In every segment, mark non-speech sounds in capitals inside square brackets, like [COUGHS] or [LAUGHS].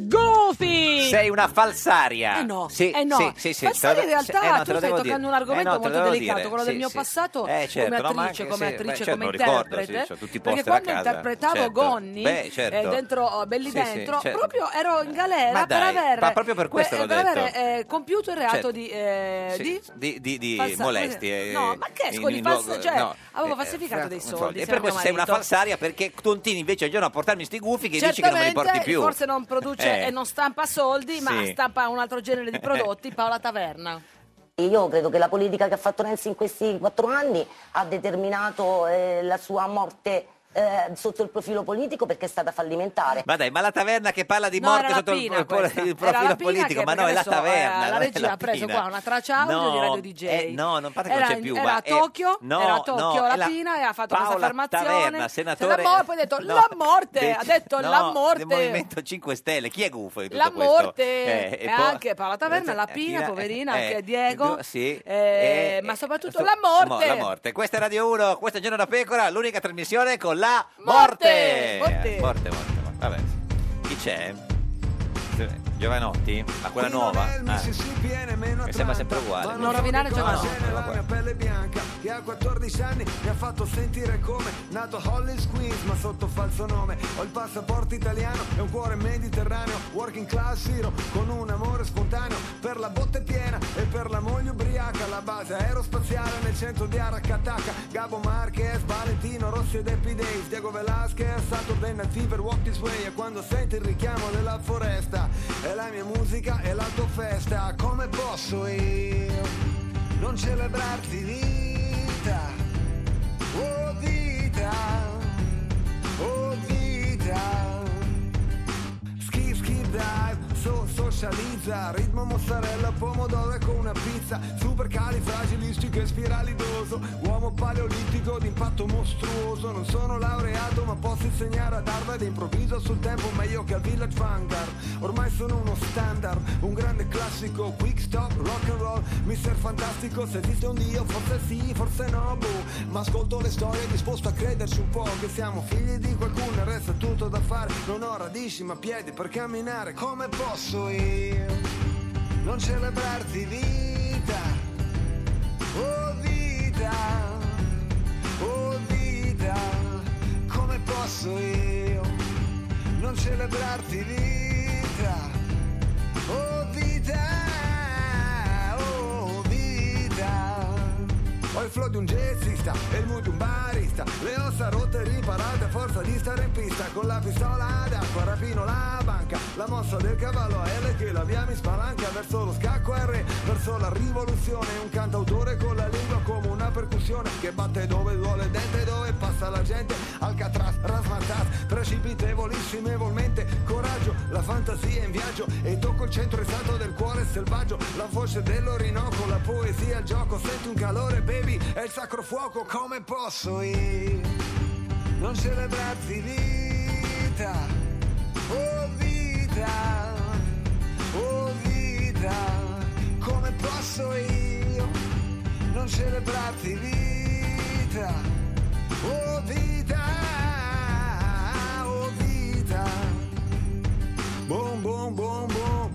Goofy! Sei una falsaria. Eh no, sì, eh no. Sì, sì, sì, Falsari te lo- in realtà, eh no, te tu lo stai devo dire. toccando un argomento Eh no, te lo molto devo delicato, dire. quello del Sì, mio sì. passato Eh, certo, come no, ma attrice, anche- come sì, attrice, beh, certo, come me lo ricordo, interprete. sì, c'ho tutti i perché poster a quando casa, interpretavo certo. Gonni Beh, certo. eh, dentro oh, Belli Sì, sì, Dentro, certo. proprio ero in galera Ma dai, per aver, ma proprio per questo l'ho per detto. aver eh, compiuto il reato Certo. di, eh, Sì, di di, di- di Falsa- molestie. No, eh, ma che in- scogli in falsa- luogo- cioè, no, avevo eh, falsificato fra- dei soldi, E se no per questo mio sei una marito. falsaria perché continui invece ogni giorno a portarmi sti gufi che dici che non me li porti Certamente, più. forse non produce Eh. e non stampa soldi, ma Sì. stampa un altro genere di prodotti, Paola Taverna. Io credo che la politica che ha fatto Renzi in questi quattro anni ha determinato eh, la sua morte eh, sotto il profilo politico perché è stata fallimentare. Ma dai, ma la taverna che parla di No, morte era la sotto il, Pina il- il questa. Era profilo la Pina politico, che- ma no, perché è la adesso, eh, taverna. la non è regia ha preso Pina. qua una traccia audio No, di Radio DJ. eh, no, non pare che era, non c'è più. era ma a è- Tokyo, no, era a Tokyo no, è la Pina e ha fatto questa Paola affermazione. Taverna, Se la senatore- mo- poi ha detto no, la morte, dei- ha detto no, la morte. Del Movimento 5 Stelle, chi è gufo di tutto La questo? morte Eh, e, poi- anche Paola Taverna, la Pina, Pina, poverina, eh, anche Diego, du- sì, eh, eh, ma soprattutto sto- la morte. mo- la morte. Questa è Radio 1, questo è Giorno da Pecora, l'unica trasmissione con la Morte! morte. Morte. Eh, morte, morte, morte. Vabbè. Chi c'è? Giovanotti? Ma quella nuova? Ah. Mi sembra sempre uguale. Non rovinare Giovanotti. No, no, no, guarda. pelle bianca che a 14 anni mi ha fatto sentire come nato a Hollis Queens ma sotto falso nome ho il passaporto italiano e un cuore mediterraneo working class hero con un amore spontaneo per la botte piena e per la moglie ubriaca la base aerospaziale nel centro di Aracataca Gabo Marquez Valentino Rossi ed Happy Days Diego Velasquez Saturday Night Fever Walk This Way e quando senti il richiamo della foresta e la mia musica e la tua festa come posso io non celebrarti vita, oh vita, oh vita. Skip, skip, dive, so- socializza, ritmo mozzarella, pomodoro e con una pizza, super cali, fragilistico e spiralidoso, uomo paleolitico d'impatto mostruoso, non sono laureato ma posso insegnare ad Harvard, improvviso sul tempo meglio che al Village Vanguard, ormai sono uno standard, un grande classico, quick stop, rock and roll, mister fantastico, se esiste un dio, forse sì, forse no, boh, ma ascolto le storie disposto a crederci un po', che siamo figli di qualcuno, e resta tutto da fare, non ho radici ma piedi per camminare, come posso io? non celebrarti vita, oh vita, oh vita, come posso io non celebrarti vita, oh vita, oh vita. Ho il flow di un jazzista e il mood di un barista Le ossa rotte e riparate a forza di stare in pista Con la pistola d'acqua rapino la banca La mossa del cavallo a L che la via mi spalanca Verso lo scacco a R, verso la rivoluzione Un cantautore con la lingua come una percussione Che batte dove duole il dente, dove passa la gente Alcatraz, rasmataz, precipitevolisimevolmente Coraggio, la fantasia in viaggio E tocco il centro esatto del cuore selvaggio La voce dell'Orinoco, la poesia al gioco Sento un calore, baby, è il sacro fuoco Come posso io non celebrarti vita Oh vita, oh vita Come posso io non celebrarti vita Oh vita, oh vita Boom, boom, boom, boom,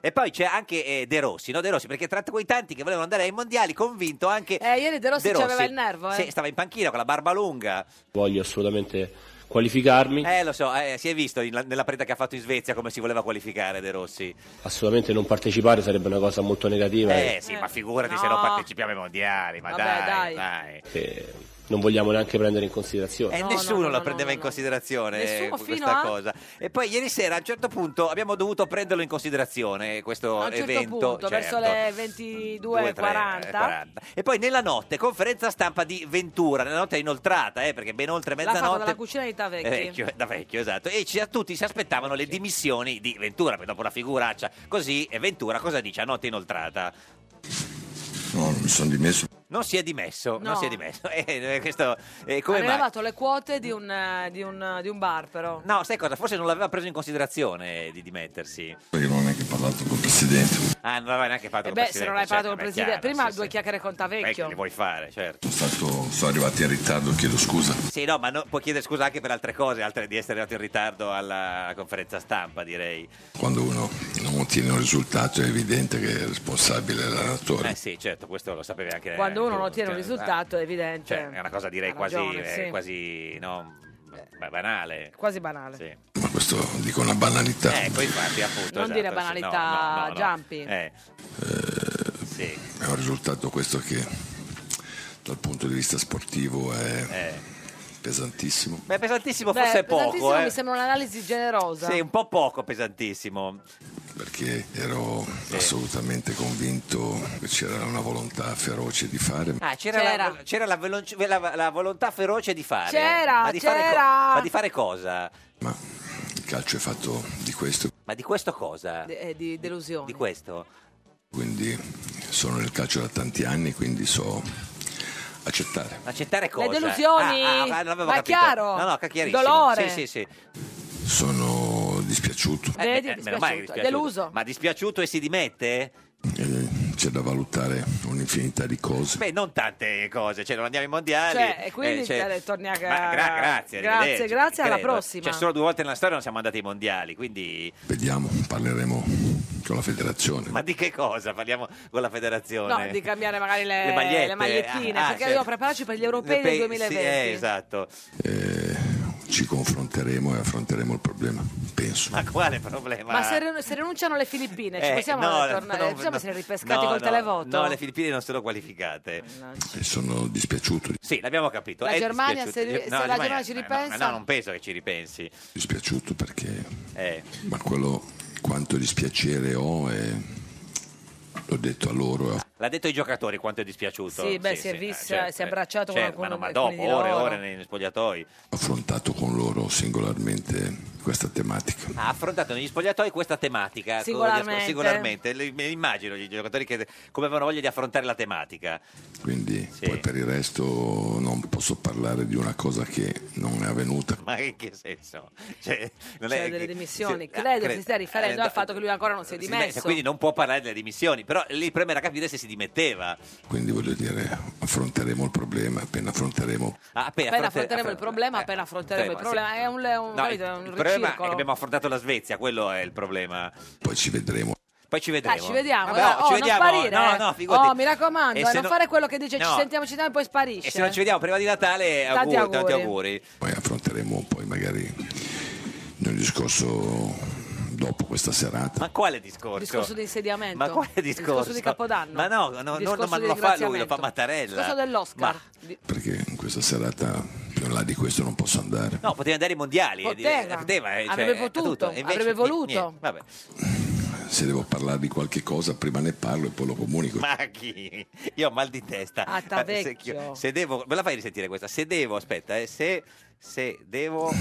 E poi c'è anche eh, De Rossi, no? De Rossi, perché tra quei tanti che volevano andare ai mondiali, convinto anche. Eh, ieri De Rossi ci aveva il nervo, eh. Sì, stava in panchina con la barba lunga. Voglio assolutamente qualificarmi, Eh, lo so, eh, si è visto in- nella partita che ha fatto in Svezia come si voleva qualificare De Rossi. assolutamente non partecipare sarebbe una cosa molto negativa Eh, e sì, Eh, ma figurati no. se non partecipiamo ai mondiali, ma Vabbè, dai. dai. dai. che non vogliamo neanche prendere in considerazione. E No, nessuno no, no, la no, prendeva no, in no. considerazione Nessuno eh, fino questa a- cosa. E poi ieri sera a un certo punto abbiamo dovuto prenderlo in considerazione eh, questo A un certo evento. punto, verso le 22, 2, 40. 40. E poi nella notte, conferenza stampa di Ventura, nella notte inoltrata, eh, perché ben oltre L'ha mezzanotte. fatto dalla cucina di Tavecchi. Eh, vecchio, da vecchio, esatto. E ci- tutti si aspettavano le dimissioni di Ventura, perché dopo una figuraccia così, e Ventura cosa dice a notte inoltrata? No, non mi sono dimesso. non si è dimesso, non No. si è dimesso. [LAUGHS] Eh, questo, eh, come ha mai? rilevato le quote di un, eh, di un, di un bar, però. No, sai cosa? Forse non l'aveva preso in considerazione di dimettersi. Io non ho neanche parlato col presidente. Ah, non aveva neanche fatto E col Eh beh, se non hai certo, parlato col ma è presidente, chiaro, prima sì, due sì. chiacchiere con Eh, che Tavecchio. ne vuoi fare, certo. Sono, stato- sono arrivati in ritardo, chiedo scusa. Sì, no, ma no- puoi chiedere scusa anche per altre cose, altre di essere arrivato in ritardo alla conferenza stampa, direi. Eh, Quando uno non ottiene un risultato è evidente che è responsabile l'allenatore. Eh sì, certo, questo lo sapevi anche Quando uno tu, non ottiene un cioè, risultato, è ah, Cioè, è evidente. una cosa direi certo. Ha quasi, ragione, eh, sì. quasi no, ba- banale. Quasi banale. Sì. Ma questo dico una banalità. Ecco, infatti, appunto. Non dire esatto, sì, no, banalità, no, no, no. Giampi. Eh. Sì. È un risultato questo che dal punto di vista sportivo è Eh. pesantissimo. Beh, pesantissimo Beh, forse è poco, pesantissimo eh. mi sembra un'analisi generosa. Sì, un po' poco pesantissimo. perché ero assolutamente convinto che c'era una volontà feroce di fare. Ah, c'era, la- C'era. c'era La, velonci- la- la volontà feroce di fare. C'era, ma di fare co- c'era. ma di fare cosa? Il calcio è fatto di questo, Ma di questo cosa? Di, eh, di delusione. Di questo? quindi sono nel calcio da tanti anni, quindi so accettare. Accettare cosa? delusioni? ma non avevo Ma è capito. chiaro. No, no, ca- chiarissimo. Dolore. Sì, sì, sì. Sono dispiaciuto, Eh, Vedi, beh, meno male che dispiaciuto. dispiaciuto. Deluso. Ma dispiaciuto e si dimette? eh, c'è da valutare un'infinità di cose. Beh, non tante cose, cioè non andiamo ai mondiali. Cioè, e quindi eh, cioè- te- torni a Ma gra- grazie, grazie, arrivederci, grazie, alla credo. prossima. Cioè, solo due volte nella storia non siamo andati ai mondiali, quindi... Vediamo, parleremo con la federazione. Ma di che cosa? Parliamo con la federazione. No, di cambiare magari [LAUGHS] le, Le magliette. le magliettine, Ah, ah, certo. perché dobbiamo prepararci per gli europei Pe- del 2020. Sì, eh, esatto. Eh, ci confronteremo e affronteremo il problema, penso. Ma quale problema? Ma se, rin- se rinunciano le Filippine, ci Eh, possiamo no, tornare? no, ci possiamo no, essere ripescati no, col no, televoto? No, le Filippine non sono qualificate. E Eh, sono dispiaciuto, Sì, l'abbiamo capito. La È Germania, se dispiaciuto. ri- se la Germania ci no, ripensa? No, non penso che ci ripensi. dispiaciuto perché... Eh, Ma quello quanto dispiacere ho è... l'ho detto a loro. l'ha detto ai giocatori quanto è dispiaciuto. Ah, Sì, beh, si è vista- si è abbracciato con certo, ma no, alcuni- ma alcuni dopo, di ore e loro. ore negli spogliatoi. Ho affrontato con loro singolarmente questa tematica. Ha affrontato negli spogliatoi questa tematica. con- Singolarmente. singolarmente. Le- me- Immagino gli giocatori che come avevano voglia di affrontare la tematica. Quindi poi per il resto non posso parlare di una cosa che non è avvenuta. Ma in che senso? Cioè, non Cioè, è- delle che- dimissioni. sì, ah, Credo cre- si stia riferendo eh, al fatto che lui ancora non si è sì, beh, dimesso. quindi non può parlare delle dimissioni, però lì il problema era capire se si dimetteva. Quindi voglio dire, affronteremo il problema, appena affronteremo Ah, appena, appena affronte- affronteremo il affronte- problema, appena affronteremo il eh, sì. problema. È un, è un, No, il, capito, è un il problema è che ricircolo. abbiamo affrontato la Svezia, quello è il problema. Poi ci vedremo. Poi ci vedremo. Ah, ci vediamo. Vabbè, dai. no, oh, ci non vediamo. sparire. No, eh. no, figurati. Oh, mi raccomando, E eh, se non no- fare quello che dice ci No. sentiamo, ci sentiamo e poi sparisce. E se non ci vediamo prima di Natale, Tanti auguri, tanti auguri. auguri. Poi affronteremo poi magari nel discorso dopo questa serata. Ma quale discorso? Discorso di insediamento. Ma quale discorso? Discorso di Capodanno. Ma no, no, no, Discorso no, ma di non lo fa lui, lo ringraziamento. fa Mattarella. Discorso dell'Oscar. Di- Perché in questa serata più in là di questo non posso andare. No, poteva andare ai mondiali. eh, Poteva. eh, poteva, eh, cioè, Avrebbe eh, potuto, tutto. E invece avrebbe ni- voluto. niente, vabbè. Se devo parlare di qualche cosa, prima ne parlo e poi lo comunico. Ma chi? Io ho mal di testa. Ah, Ma [LAUGHS] se- Tavecchio. Se devo, me la fai risentire questa? Se devo, aspetta, eh, se, se devo. eh,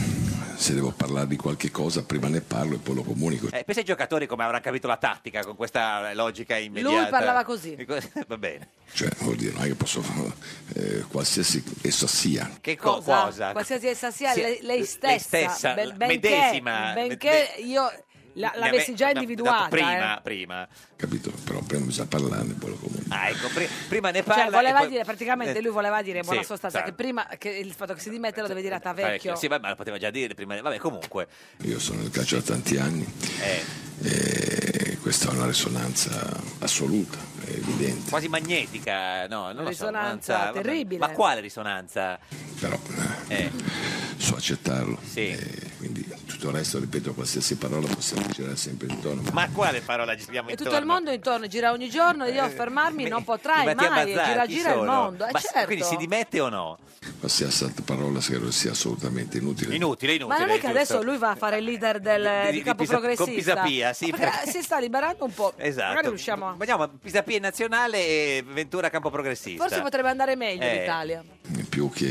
Se devo parlare di qualche cosa, prima ne parlo e poi lo comunico. Eh, pensa ai giocatori come avranno capito la tattica con questa logica immediata. parlava così. Di co- [LAUGHS] Va bene. Cioè, vuol dire, non è che posso eh, qualsiasi essa sia. Che co- cosa? Qualsiasi essa sia, Sì, lei, lei lei stessa. stessa, ben- la benché, medesima, Benché io la, Ne ave- l'avessi già ne- dato individuata. Prima, eh. prima. Capito? Però prima bisogna parlarne e poi lo comunico. Ah, ecco, pri- prima ne parla. Cioè, e voleva poi- dire, praticamente eh, lui voleva dire, in buona sì, sostanza, sa- che prima che il fatto che si dimette lo deve dire a Tavecchio. Tavecchio. Sì, ma ma lo poteva già dire prima. Vabbè, comunque. Io sono nel calcio da tanti anni eh, e questa è una risonanza assoluta, è evidente. quasi magnetica, no? Non lo so, Risonanza non sa- vabbè. terribile. Ma quale risonanza? Però Eh, so accettarlo. sì. E quindi tutto il resto, ripeto, qualsiasi parola possiamo girare sempre intorno. Ma Ma a quale parola ci stiamo E intorno? tutto il mondo intorno gira ogni giorno e Eh, io a fermarmi non potrai I Mattia mai, Mazzarchi gira gira il sono. mondo, eh, Ma s- certo. Quindi si dimette o no? qualsiasi altra parola credo sia assolutamente inutile. Inutile, inutile. Ma non è che eh, giusto. adesso lui va a fare il leader del, Di- di, di capo Pisa- con progressista? Pisapia, sì, Ma perché perché- si sta liberando [LAUGHS] un po'. Esatto. Magari riusciamo a... Vediamo, Pisapia in nazionale e Ventura a campo progressista. Forse potrebbe andare meglio Eh. l'Italia. più che,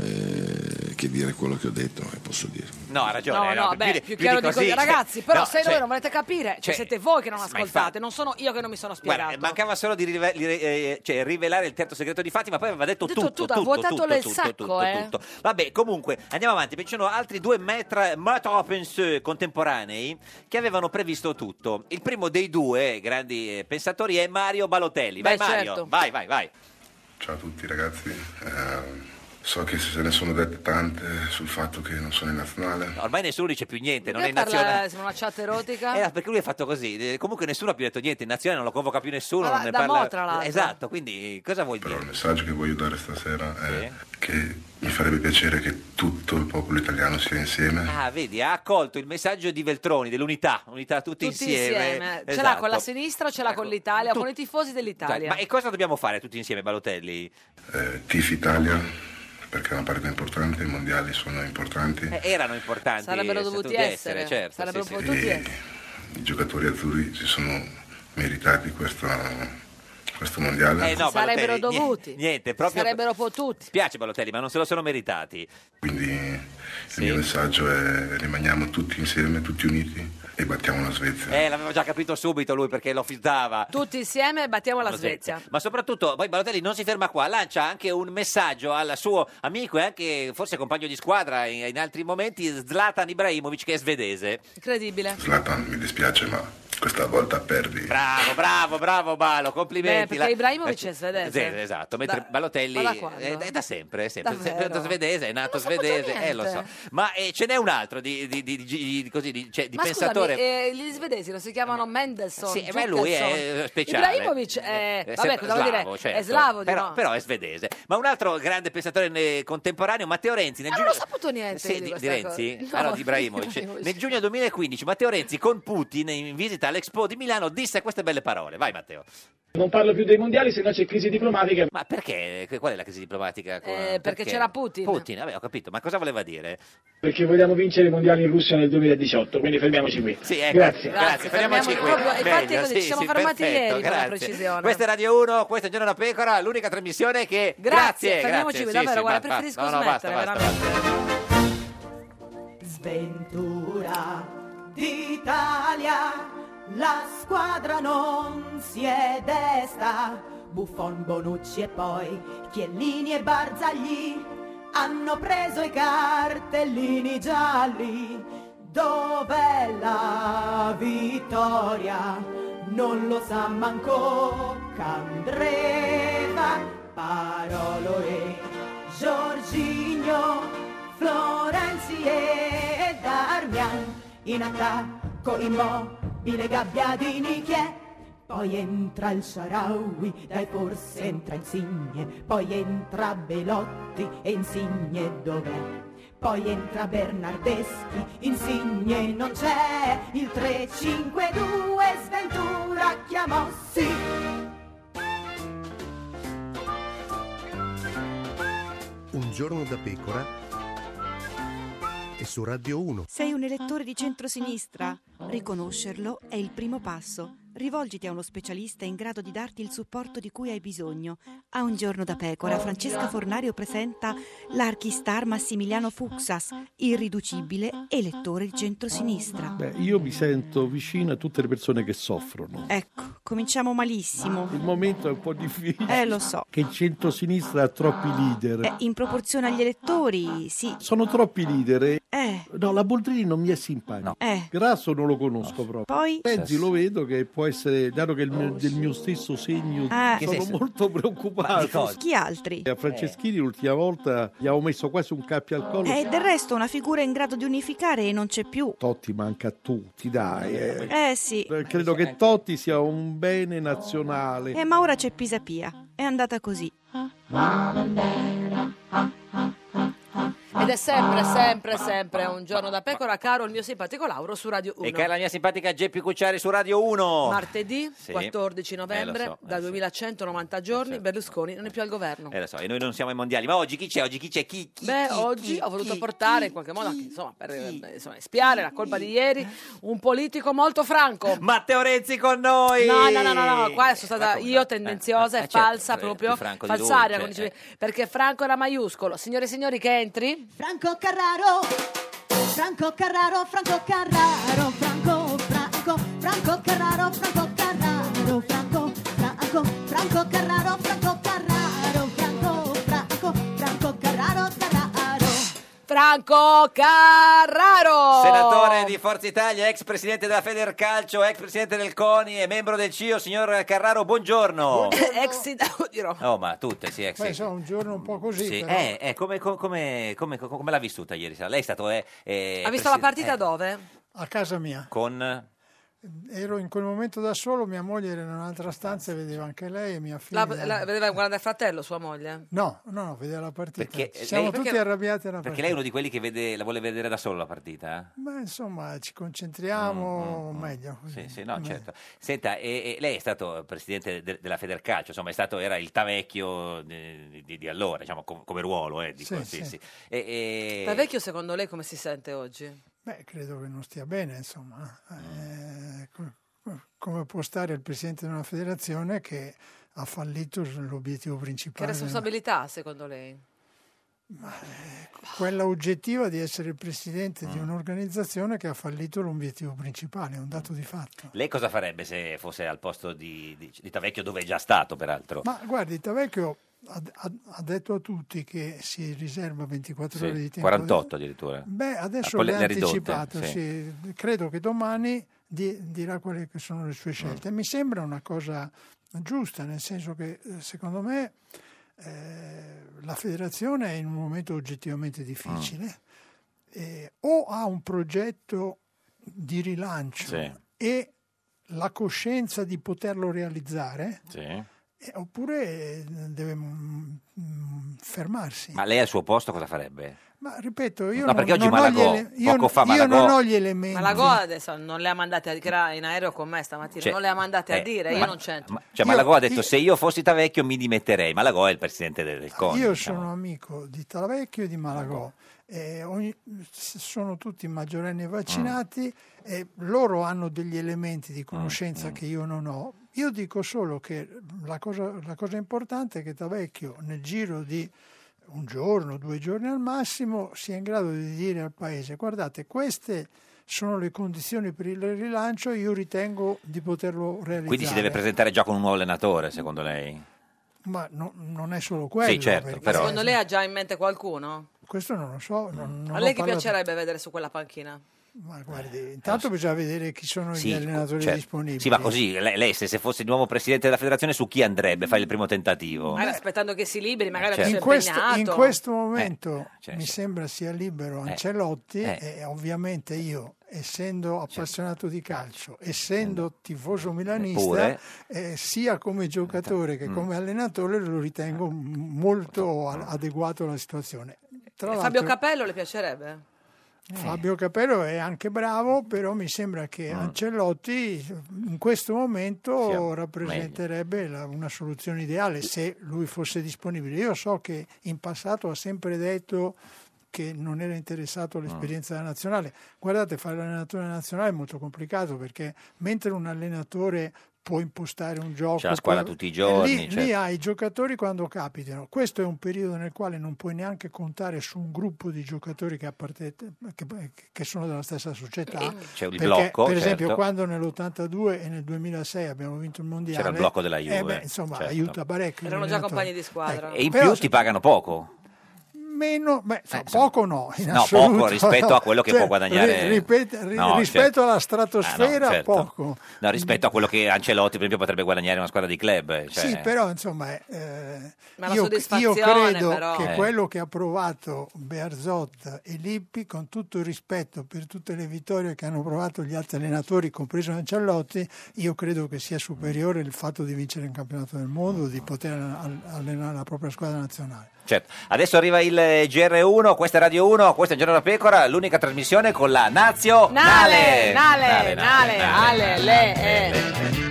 eh, che che dire quello che ho detto, non posso dire. No, ha ragione. No, eh, no, più beh, di- più di chiaro di così- così. Ragazzi, però No, se cioè, voi non volete capire, cioè, cioè, siete voi che non ma ascoltate, non sono io che non mi sono spiegato. Guarda, mancava solo di rive- di re- eh, cioè, rivelare il terzo segreto di Fati, ma poi aveva detto, Detto tutto, tutto, ha tutto, vuotato tutto, il tutto, sacco, tutto, eh. tutto. Vabbè, comunque, andiamo avanti. Perché Ci sono altri due maître, maître penseux contemporanei che avevano previsto tutto. Il primo dei due grandi eh, pensatori è Mario Balotelli. Vai Beh, Mario, certo. vai, vai, vai. Ciao a tutti ragazzi, Eh, so che se ne sono dette tante sul fatto che non sono in nazionale. No, Ormai nessuno dice più niente, non è Perché in parla- nazionale. siamo eh, una chat erotica? Eh, perché lui ha fatto così. Eh, Comunque nessuno ha più detto niente, in nazionale non lo convoca più nessuno, Ah, non ne da parla. Mo, tra l'altro. Esatto, quindi cosa vuol dire? Il messaggio che voglio dare stasera è che mi farebbe piacere che tutto il popolo italiano sia insieme. Ah, vedi, ha accolto il messaggio di Veltroni dell'unità, unità tutti, Tutti insieme. Ce l'ha Esatto. con la sinistra, ce l'ha con l'Italia, con i tifosi Dai, dell'Italia. Ma e cosa dobbiamo fare tutti insieme, Balotelli? Eh, Tifi Italia, perché è una partita importante, i mondiali sono importanti. Eh, erano importanti. Sarebbero se dovuti tutti essere, essere, certo, sarebbero sì, sì. potuti essere. I giocatori azzurri si sono meritati questa- questo mondiale. Eh, no, Sarebbero Balotelli, nie- dovuti. Niente, proprio Sarebbero potuti. spiace Balotelli, ma non se lo sono meritati. Il mio messaggio è rimaniamo tutti insieme, tutti uniti e battiamo la Svezia. Eh, l'aveva già capito subito lui perché lo fittava. Tutti insieme battiamo la Svezia. Ma soprattutto, poi Balotelli non si ferma qua, lancia anche un messaggio al suo amico e anche forse compagno di squadra in, in altri momenti, Zlatan Ibrahimovic, che è svedese. Incredibile. Zlatan, mi dispiace, ma questa volta perdi. Bravo, bravo, bravo Balo, Beh, complimenti. Eh, perché La- Ibrahimovic Sì, è svedese. esatto, mentre Da- Balotelli ma da quando? è, è da sempre, è sempre, Davvero? sempre stato svedese, è nato svedese, eh, lo so. Ma eh, ce n'è un altro di, di- di- di- di- così, di- cioè, di ma pensatore. Eh, scusami, eh, gli svedesi lo si chiamano Mendelssohn. Sì, ma lui è, Jukasson. eh, speciale. Ibrahimovic è, Eh, vabbè, sembra cosa vuol dire? slavo, certo. È slavo, di però, no. però è svedese. Ma un altro grande pensatore ne- contemporaneo, Matteo Renzi, nel Ma Ah, non giugno... ho saputo niente Sì, di, di, di questa Renzi? cosa. Ah, no, No, di [LAUGHS] Ibrahimovic. Ibrahimovic. Nel giugno 2015 Matteo Renzi con Putin in visita all'Expo di Milano disse queste belle parole. Vai Matteo. Non parlo più dei mondiali, se no c'è crisi diplomatica. Ma perché? Que- Qual è la crisi diplomatica? qua? Eh, perché c'era Putin. Putin, vabbè, ho capito, ma cosa voleva dire? Perché vogliamo vincere i mondiali in Russia nel 2018, quindi fermiamoci qui. Sì, ecco, Grazie. grazie, fermiamoci fermiamoci qui. proprio- infatti Meglio, così sì, ci siamo sì, fermati perfetto, ieri per la grazie. precisione. Questa è Radio 1, questa è Giorno da Pecora, l'unica trasmissione che... Grazie, grazie fermiamoci qui, davvero, basta, guarda, preferisco no, no, basta, smettere, basta, Sventura d'Italia, la squadra non si è desta. Buffon, Bonucci e poi Chiellini e Barzagli hanno preso i cartellini gialli. Dov'è la vittoria? Non lo sa manco Candreva, Parolo e Giorginio. Florenzi e Darmian in attacco immobile Gabbiadini chi è? Poi entra il Sharawi, dai forse entra Insigne, poi entra Belotti e Insigne dov'è? Poi entra Bernardeschi, Insigne non c'è, il 3-5-2 Sventura chiamò sì. Un giorno da pecora e su Radio 1. Sei un elettore di centrosinistra. Riconoscerlo è il primo passo. Rivolgiti a uno specialista in grado di darti il supporto di cui hai bisogno. A un giorno da pecora, Francesca Fornario presenta l'archistar Massimiliano Fuxas, irriducibile elettore di centrosinistra. Beh, io mi sento vicino a tutte le persone che soffrono. Ecco, cominciamo malissimo. Il momento è un po' difficile. Eh, lo so. Che il centrosinistra ha troppi leader. Eh, in proporzione agli elettori, sì. Sono troppi leader. e- Eh. No, la Boldrini non mi è simpatica. Eh. Grasso non lo conosco proprio. Poi? Pensi, lo vedo che può essere, dato che è il mio- del mio stesso segno, Ah. Che sono senso? molto preoccupato. Chi altri? E A Franceschini l'ultima volta gli avevo messo quasi un cappio al collo. Eh, del resto una figura in grado di unificare e non c'è più. Totti manca a tutti, dai. eh. Eh sì. Eh, Credo che Totti sia un bene nazionale. Eh, ma ora c'è Pisapia. È andata così. Ed è sempre, sempre, sempre un giorno da pecora, caro il mio simpatico Lauro su Radio 1. E cara la mia simpatica Geppi Cucciari su Radio 1. Martedì Sì. 14 novembre, Eh, lo so, eh, da 2190 giorni, Berlusconi non è più al governo. Eh, lo so, e noi non siamo ai mondiali, ma oggi chi c'è? Oggi chi c'è? Chi? chi? Beh, oggi ho voluto portare in qualche modo, anche, insomma, per eh, insomma, espiare la colpa di ieri, un politico molto franco. [LAUGHS] Matteo Renzi con noi! No, no, no, no, no, qua sono stata io tendenziosa eh, e certo, falsa eh, proprio, più franco di lui, falsaria, cioè, come dicevi, perché Franco era maiuscolo. Signore e signori che entri, Franco Carraro, Franco Carraro, Franco Carraro, Franco, Franco, Franco Carraro, Franco Carraro, Franco, Franco, Franco Carraro, Franco Carraro, Franco, Franco, Franco Carraro, Carraro. Franco Carraro! Senatore di Forza Italia, ex presidente della Federcalcio, ex presidente del CONI e membro del CIO, signor Carraro, buongiorno. [COUGHS] Ex sindaco di Roma. Oh, ma tutte, sì, ex. Poi insomma, un giorno un po' così. Sì, però. eh, eh, come, co- come- come- co- come l'ha vissuta ieri sera? Lei è stato... eh, eh, Ha visto la presi- partita eh, dove? A casa mia. Con... Ero in quel momento da solo, mia moglie era in un'altra stanza e vedeva anche lei e mia figlia. La, la- vedeva guardare fratello, sua moglie? No, no, no, vedeva la partita. Perché Siamo lei- tutti perché- arrabbiati alla Perché lei è partita. uno di quelli che vede- la vuole vedere da solo la partita? eh? Ma insomma, ci concentriamo meglio. Mm, Sì, sì, no, Mm. certo. Senta, e- e lei è stato presidente de- della Federcalcio, insomma, è stato, era il Tavecchio di, di- di allora, diciamo, com- come ruolo, eh, dico, Sì, sì, sì. sì. E- e- Da vecchio, secondo lei, come si sente oggi? Beh, credo che non stia bene, insomma. Eh, co- co- come può stare il presidente di una federazione che ha fallito sull'obiettivo Che principale? responsabilità, secondo lei? quella oggettiva di essere il presidente di un'organizzazione che ha fallito l'obiettivo principale, è un dato di fatto. Lei cosa farebbe se fosse al posto di, di- di Tavecchio, dove è già stato, peraltro? Ma guardi, Tavecchio ha, ha- ha detto a tutti che si riserva 24 Sì, ore di tempo. 48 addirittura. Beh, adesso Ah, poi le ha le ha ridotte, anticipato, sì. sì. credo che domani di- dirà quali che sono le sue scelte. Mm. Mi sembra una cosa giusta, nel senso che eh, secondo me eh, la federazione è in un momento oggettivamente difficile. Mm. Eh, o ha un progetto di rilancio Sì. e la coscienza di poterlo realizzare, Sì. eh, oppure eh, deve mm, mm, fermarsi. Ma lei al suo posto cosa farebbe? Ma ripeto, io, No, non, perché oggi non ho gli Malagò, ele- io, poco fa io non Malagò- ho gli elementi. Ma la Goa adesso non le ha mandate a, che era in aereo con me stamattina, Cioè, non le ha mandate eh, a dire, ma- io non c'entro. Ma- cioè, Io- Malagò ha detto, io- se io fossi Tavecchio mi dimetterei. Malagò è il presidente del, del CONI. Io diciamo. sono amico di Talavecchio e di Malagò. e ogni- s- sono tutti maggiorenni vaccinati Mm. e loro hanno degli elementi di conoscenza che io non ho. Io dico solo che la cosa, la cosa importante è che Tavecchio nel giro di un giorno, due giorni al massimo, sia in grado di dire al Paese guardate queste sono le condizioni per il rilancio, io ritengo di poterlo realizzare. Quindi si deve presentare già con un nuovo allenatore, secondo lei? Ma no- non è solo quello. certo, perché- però- Secondo lei ha già in mente qualcuno? Questo non lo so. non- non Mm. a ho lei che parlato- piacerebbe vedere su quella panchina? Ma guardi, intanto bisogna vedere chi sono Sì, gli allenatori certo. disponibili. Sì, ma così, lei, lei se, se fosse il nuovo presidente della federazione su chi andrebbe? Fai il primo tentativo. Magari aspettando che si liberi, magari certo. adesso è In questo, impegnato. in questo momento Eh, cioè, mi sì. sembra sia libero Eh, Ancelotti eh. Certo. e ovviamente io, essendo appassionato di calcio, essendo Mm. tifoso milanista, Pure. eh, sia come giocatore Mm. che come allenatore lo ritengo m- molto a- adeguato alla situazione. Tra E Eh, Fabio l'altro- Capello le piacerebbe? Eh. Fabio Capello è anche bravo, però mi sembra che Ancelotti in questo momento Mm. Sia rappresenterebbe la- una soluzione ideale se lui fosse disponibile. Io so che in passato ha sempre detto che non era interessato all'esperienza Mm. della nazionale. Guardate, fare l'allenatore nazionale è molto complicato perché mentre un allenatore può impostare un gioco... C'è la squadra può- tutti i giorni, Lì, certo. lì ha Ah, i giocatori quando capitano. Questo è un periodo nel quale non puoi neanche contare su un gruppo di giocatori che, apparte- che- che sono della stessa società. Eh, C'è il Perché, blocco, Per esempio, certo. quando nell'82 e nel 2006 abbiamo vinto il mondiale, C'era il blocco della eh Juve, beh, insomma, certo. aiuta parecchio. Erano già l'allenatore. compagni di squadra. Eh, E in Però più ti pagano poco. Meno, beh, insomma, poco no, in Eh, No, assoluto, poco rispetto a quello che Cioè, può guadagnare- ri- ripet- ri- No, rispetto certo. alla stratosfera, Ah, no, certo. poco. No, rispetto a quello che Ancelotti, per esempio, potrebbe guadagnare una squadra di club. eh, Cioè... Sì, però insomma, eh, Ma la io, io soddisfazione, credo però. che Eh. quello che ha provato Bearzot e Lippi, con tutto il rispetto per tutte le vittorie che hanno provato gli altri allenatori, compreso Ancelotti, io credo che sia superiore il fatto di vincere un campionato del mondo, di poter al- allenare la propria squadra nazionale. Certo. Adesso arriva il GR1, questa è Radio 1, questa è Giorno da Pecora, l'unica trasmissione con la nazionale. Nale, nale, nale, nale, nale. ale, le, eh. oh.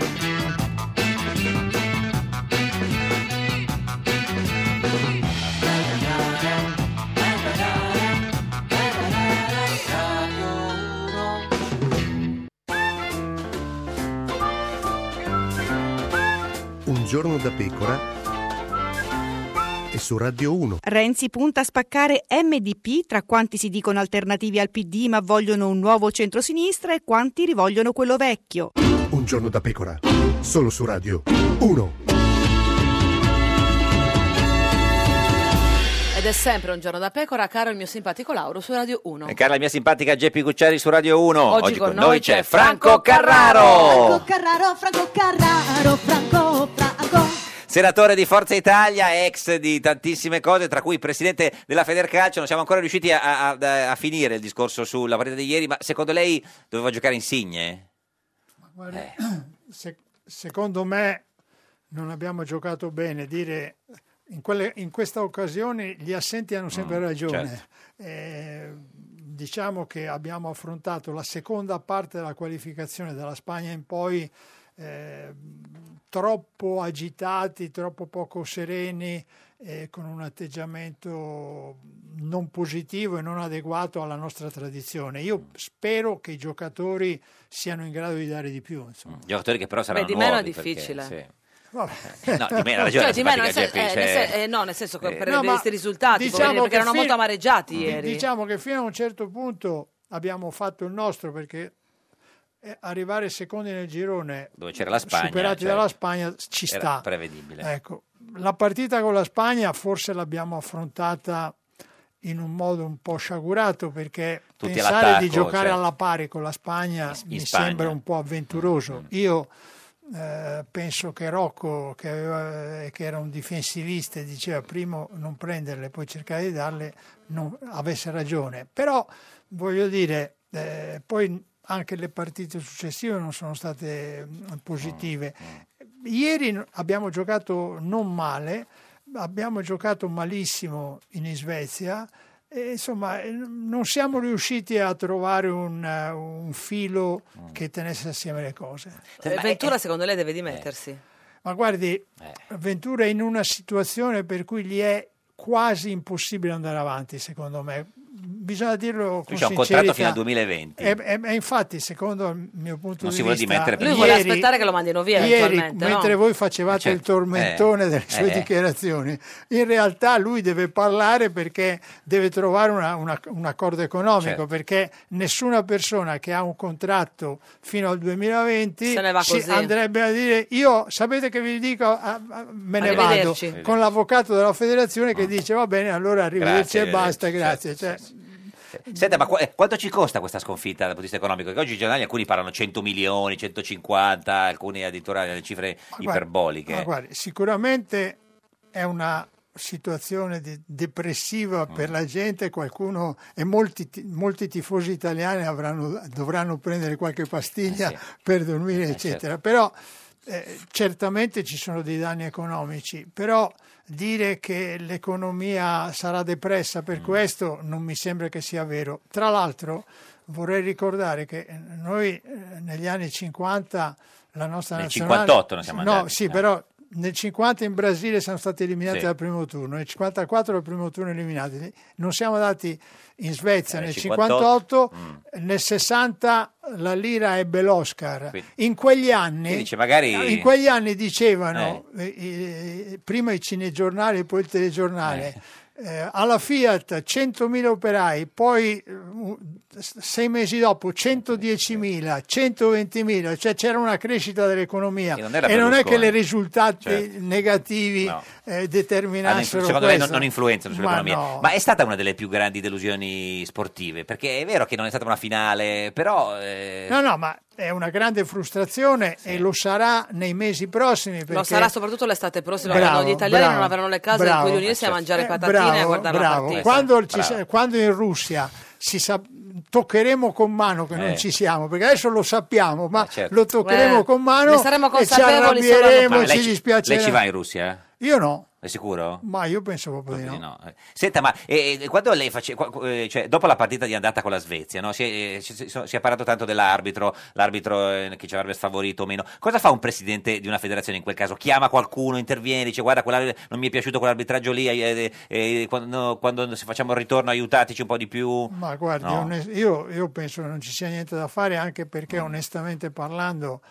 Un giorno da pecora e su Radio 1. Renzi punta a spaccare MDP tra quanti si dicono alternativi al PD ma vogliono un nuovo centrosinistra e quanti rivogliono quello vecchio. Un giorno da pecora, solo su Radio 1. Ed è sempre un giorno da pecora, caro il mio simpatico Lauro su Radio 1. E cara la mia simpatica Geppi Cucciari su Radio 1. Oggi con noi c'è Franco Franco Carraro, Franco Carraro, Franco, Franco. Senatore di Forza Italia, ex di tantissime cose, tra cui presidente della Federcalcio, non siamo ancora riusciti a, a- a finire il discorso sulla partita di ieri, ma secondo lei doveva giocare Insigne? Guarda, se- secondo me non abbiamo giocato bene. Dire in, quelle- in questa occasione gli assenti hanno sempre ragione. certo. Eh, diciamo che abbiamo affrontato la seconda parte della qualificazione dalla Spagna in poi eh, troppo agitati, troppo poco sereni, eh, con un atteggiamento non positivo e non adeguato alla nostra tradizione. Io spero che i giocatori siano in grado di dare di più. Insomma. Giocatori che però saranno di nuovi. meno è perché- difficile. sì. No, di meno ha ragione. Cioè, di me non la simpatica nel senso, eh, nel Geppi, sen- cioè- eh, no, nel senso che eh, per No, ma questi risultati, diciamo poverini, perché che erano fino- molto amareggiati di- ieri. Diciamo che fino a un certo punto abbiamo fatto il nostro perché eh, arrivare secondi nel girone Dove c'era la Spagna. superati cioè, dalla Spagna ci era sta. prevedibile. Ecco, la partita con la Spagna forse l'abbiamo affrontata in un modo un po' sciagurato perché Tutti pensare all'attacco, di giocare certo. alla pari con la Eh. Spagna Mm. mi Spagna. sembra un po' avventuroso. Io eh, penso che Rocco, che, aveva- eh, che era un difensivista, e diceva prima non prenderle, poi cercare di darle, non- avesse ragione. Però voglio dire, eh, poi anche le partite successive non sono state mm, positive. Ieri n- abbiamo giocato non male, abbiamo giocato malissimo in Svezia. E, insomma, eh, non siamo riusciti a trovare un, eh, un filo che tenesse assieme le cose. Eh, Ventura, secondo lei, deve dimettersi. Ma guardi, Eh. Ventura è in una situazione per cui gli è quasi impossibile andare avanti, secondo me. Bisogna dirlo con Lui c'ha un sincerità. contratto fino al 2020. E, e- e infatti, secondo il mio punto Non di si vuole vista, dimettere per Lui ieri, vuole aspettare che lo mandino via ieri, eventualmente, no? mentre voi facevate Certo. il tormentone Eh, delle sue eh. dichiarazioni, in realtà lui deve parlare perché deve trovare una- una- un accordo economico, Certo. perché nessuna persona che ha un contratto fino al 2020 Se ne va si così. andrebbe a dire io sapete che vi dico Ah, ah, me ne vado Arrivederci. con l'avvocato della federazione che dice va bene allora arrivederci Grazie, e basta, grazie. Cioè, Senta, ma qu- eh, quanto ci costa questa sconfitta dal punto di vista economico? Che oggi i giornali alcuni parlano 100 milioni, 150, alcuni addirittura delle cifre guarda, iperboliche. Ma guardi, sicuramente è una situazione di- depressiva per la gente, qualcuno e molti, ti- molti tifosi italiani avranno- dovranno prendere qualche pastiglia per dormire, eccetera. Però eh, certamente ci sono dei danni economici, però dire che l'economia sarà depressa Mm. per questo non mi sembra che sia vero. Tra l'altro vorrei ricordare che eh, noi eh, negli anni 50 la nostra Nel nazionale 58 non siamo No, andati, eh. sì, però nel 50 in Brasile siamo stati eliminati Sì. dal primo turno, nel 54 dal primo turno eliminati. Non siamo andati in Svezia Eh, mm. nel 58, 58, nel 60 la lira ebbe l'Oscar. Quindi- in quegli anni Quindi dice, magari- in quegli anni dicevano eh, eh, prima i cinegiornali e poi il telegiornale eh, alla Fiat 100.000 operai, poi eh, un- s- sei mesi dopo Eh, 110.000, 120.000, cioè c'era una crescita dell'economia E non era è che Berlusconi. le risultati Certo. negativi No. eh, Hanno influ- determinassero secondo lei non, questo. non influenzano sull'economia. Ma no. Ma è stata una delle più grandi delusioni sportive, perché è vero che non è stata una finale, però... eh, No, no, ma è una grande frustrazione e lo sarà nei mesi prossimi. Lo perché- sarà soprattutto l'estate prossima, Bravo, quando gli Cioè, italiani bravo, non avranno le case in bravo. cui riunirsi a mangiare Eh, patatine e a bravo, guardare bravo. la partita. Quando, ci Bravo. sa- quando in Russia si sa- toccheremo con mano che non Eh. ci siamo, perché adesso lo sappiamo, ma certo. lo toccheremo Eh, con mano ne saremo e ci consapevoli solo arrabbieremo, ma ci lei, ci- dispiacerà. lei ci va in Russia? Io no, È sicuro? ma io penso proprio di no. No, eh. Senta, ma eh, eh, quando lei faceva, cioè, dopo la partita di andata con la Svezia, no, si, è, eh, si- si- so- si è parlato tanto dell'arbitro, l'arbitro eh, che ci avrebbe sfavorito o meno. Cosa fa un presidente di una federazione in quel caso? Chiama qualcuno, interviene, dice guarda, quell'ar- non mi è piaciuto quell'arbitraggio lì, eh, eh, eh, quando, quando si- facciamo il ritorno aiutateci un po' di più. Ma guardi, No. onest- io, io penso che non ci sia niente da fare, anche perché Mm. onestamente parlando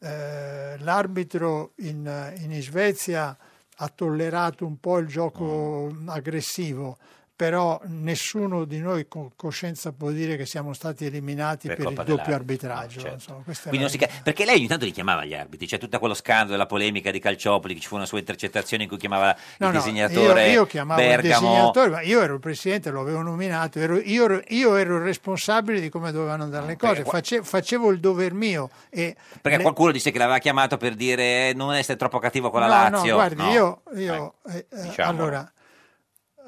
eh, l'arbitro in, in Svezia ha tollerato un po' il gioco Mm. aggressivo, però nessuno di noi con coscienza può dire che siamo stati eliminati Per per, il colpa doppio dell'arbitro. arbitraggio. No, certo. insomma, questa è Quindi la- non si ca- perché lei ogni tanto li chiamava gli arbitri, c'è tutto quello scandalo della polemica di Calciopoli, che ci fu una sua intercettazione in cui chiamava No, il no, disegnatore io, io chiamavo il Bergamo. disegnatore, ma io ero il presidente, lo avevo nominato, ero- io, ero, io ero il responsabile di come dovevano andare le cose, qua- face- facevo il dover mio e Perché le- qualcuno disse che l'aveva chiamato per dire eh, non essere troppo cattivo con la no, Lazio. No, guardi, No. io, Ecco. io, eh, eh, diciamolo. allora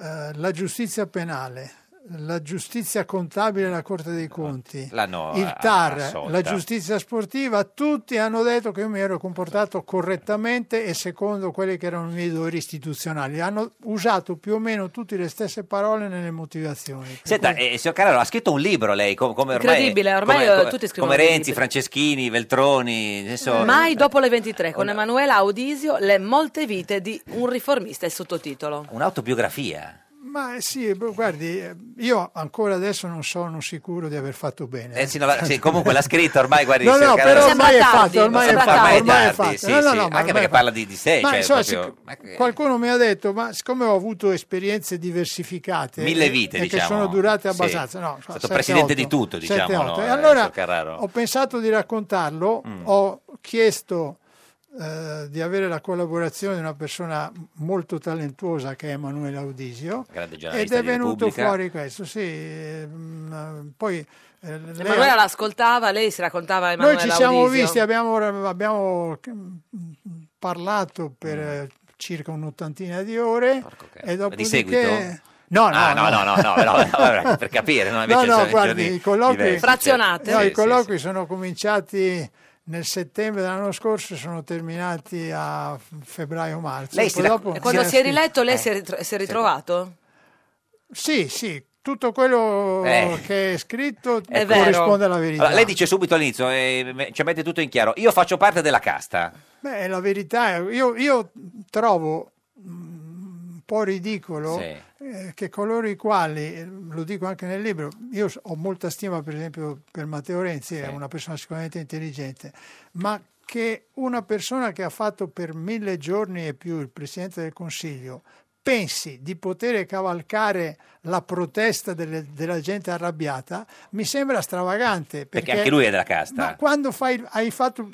eh, la giustizia penale, la giustizia contabile della Corte dei Conti, L'hanno il a- TAR, assolta. la giustizia sportiva, tutti hanno detto che io mi ero comportato correttamente e secondo quelli che erano i miei doveri istituzionali. Hanno usato più o meno tutte le stesse parole nelle motivazioni. Senta, eh, signor Carraro, ha scritto un libro lei, com- come ormai, Incredibile, ormai, come- eh, come- tutti scrivono Come dei Eh, Renzi, Franceschini, Veltroni, adesso- Mai dopo le 23 con Emanuela Audisio le molte vite di un riformista e sottotitolo. un'autobiografia. Ma sì, beh, guardi, eh, io ancora adesso non sono sicuro di aver fatto bene. Eh, sì, no, la- sì, comunque l'ha scritto ormai, guardi, No, signor no, Carraro- però ormai è fatto, ormai è Sembra fatto, tardi, ormai è tardi, fatto. sì, No, no, sì, no, ma anche ormai perché è parla fatto. di, di sé, Ma cioè, insomma, proprio- sic- qualcuno mi ha detto, ma siccome ho avuto esperienze diversificate Mille e- vite, e diciamo. che sono durate Sì. abbastanza, no, È stato presidente di tutto, diciamo, 7, no, eh, e allora signor Carraro. ho pensato di raccontarlo, Mm. ho chiesto eh, di avere la collaborazione di una persona molto talentuosa che è Emanuele Audisio Grande ed giornalista è di venuto Repubblica. fuori questo, sì, eh, mm, poi eh, lei ha- Emanuela l'ascoltava, lei si raccontava noi Emanuela ci siamo Audisio. visti, abbiamo, abbiamo mm, parlato per eh, circa un'ottantina di ore e Ma di dopodiché... seguito? No, [LAUGHS] no, Ah, no, no, no, no, no, no, no, per capire, no, invece No, no, sono guardi, giorni i colloqui- diversi, Frazionate. certo. No, Sì, sì, i colloqui sono cominciati nel settembre dell'anno scorso e sono terminati a febbraio-marzo. Poi Lei si rac- dopo- Eh, e quando si è riletto lei si è ritro- si è ritrovato? Sì, sì, tutto quello Eh. che è scritto È vero. corrisponde alla verità. Allora, lei dice subito all'inizio, eh, me- ci mette tutto in chiaro, io faccio parte della casta. Beh, la verità è, io, io trovo mm, un po' ridicolo Sì. eh, che coloro i quali, eh, lo dico anche nel libro, io s- ho molta stima per esempio per Matteo Renzi, è una persona sicuramente intelligente, ma che una persona che ha fatto per mille giorni e più il Presidente del Consiglio pensi di poter cavalcare la protesta delle- della gente arrabbiata mi sembra stravagante. Perché, anche lui è della casta. Ma quando fai- hai fatto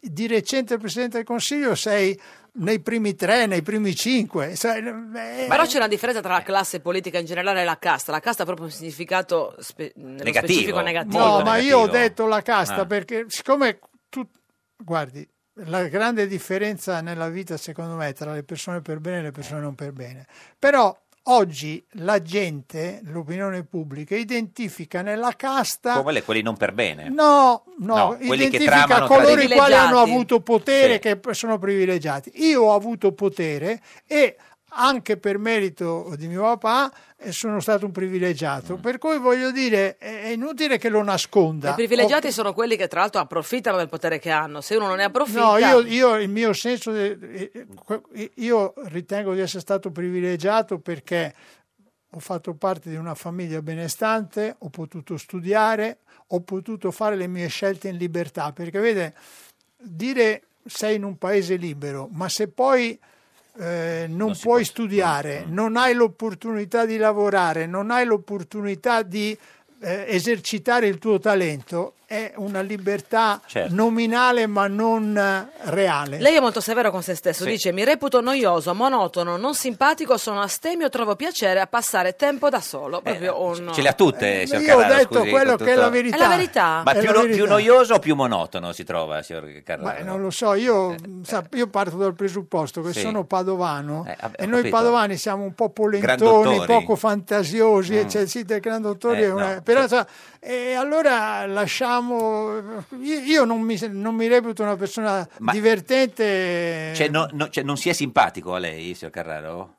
di recente il Presidente del Consiglio sei nei primi tre, nei primi cinque. sai, eh, Però c'è una differenza tra la classe politica in generale e la casta. La casta ha proprio un significato spe- nello Negativo. specifico negativo. No, ma io ho detto la casta Ah. perché siccome tu guardi la grande differenza nella vita secondo me tra le persone per bene e le persone non per bene. Però oggi la gente, l'opinione pubblica identifica nella casta Come le, quelli non per bene. No, no, No, quelli che identifica tramano tra coloro di- i quali hanno Privilegiati. avuto potere Sì. che sono privilegiati. Io ho avuto potere e anche per merito di mio papà eh, sono stato un privilegiato, per cui voglio dire è è inutile che lo nasconda. I privilegiati sono quelli che tra l'altro approfittano del potere che hanno. Se uno non ne approfitta... No, io, io il mio senso, de- eh, que- io ritengo di essere stato privilegiato perché ho fatto parte di una famiglia benestante, ho potuto studiare, ho potuto fare le mie scelte in libertà, perché vede, dire sei in un paese libero, ma se poi eh, non, puoi studiare, non hai l'opportunità di lavorare, non hai l'opportunità di eh, esercitare il tuo talento, è una libertà Certo. nominale ma non eh, reale. Lei è molto severo con se stesso, Sì. dice mi reputo noioso, monotono, non simpatico, sono astemio, trovo piacere a passare tempo da Eh, solo. Proprio certo. un... Ce le ha tutte, Eh, signor io ho Carraro, detto scusi, quello con che è tutto- la verità. È la verità. Ma È più, la no- verità. più noioso o più monotono si trova, signor Carraro? Ma non lo so, io, sa, io parto dal presupposto che Eh, Sì. Eh, sono padovano vabbè, e ho noi capito. padovani siamo un po' polentoni, Grandottori. poco fantasiosi, Mm. eccetera. sì, dei grandottori Eh, è una- no, però, sa, e allora lasciamo... Io, io non, mi, non mi reputo una persona Ma- divertente. eh, Cioè, no- no- cioè, non si è simpatico a lei, signor Carraro?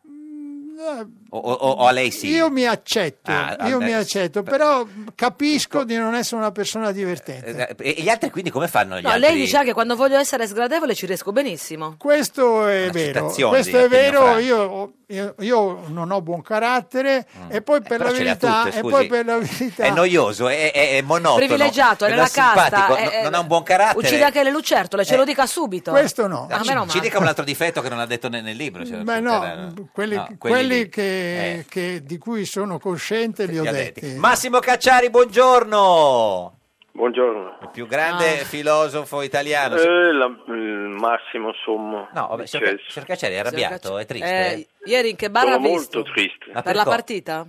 O, o- o a lei sì? Io mi accetto, Ah, io vabbè. mi accetto, però capisco di non essere una persona divertente. Eh, E e gli altri quindi come fanno gli No, altri? lei diceva che quando voglio essere sgradevole ci riesco benissimo. eh. Questo è vero, citazione di questo è Attilio vero, Franchi. io, io- io non ho buon carattere e poi per Mm. Eh, però la ce le ha verità... tutte, e scusi. Eh, poi per la verità... È noioso, è, è- è monotono. Privilegiato, è non nella simpatico, no- casta. è- non ha un buon carattere. Ah, Uccide anche le lucertole, ce lo dica subito. Eh, Eh, Questo no. A ci, Ah, meno ci male. dica un altro difetto che non ha detto nel, nel libro. cioè, Beh, era- no, quelli, no, quelli quelli lì. che, Eh. che- di cui sono cosciente li ho Li ha detti. detti. Massimo Cacciari, buongiorno. Buongiorno. Il più Ah. grande filosofo italiano. Eh, la- il massimo cioè, sommo. No, vabbè, signor, Ca- signor Cacciari è arrabbiato, è triste. Eh, ieri in che bar Sono ha molto visto? triste. Ma Per la perché? partita?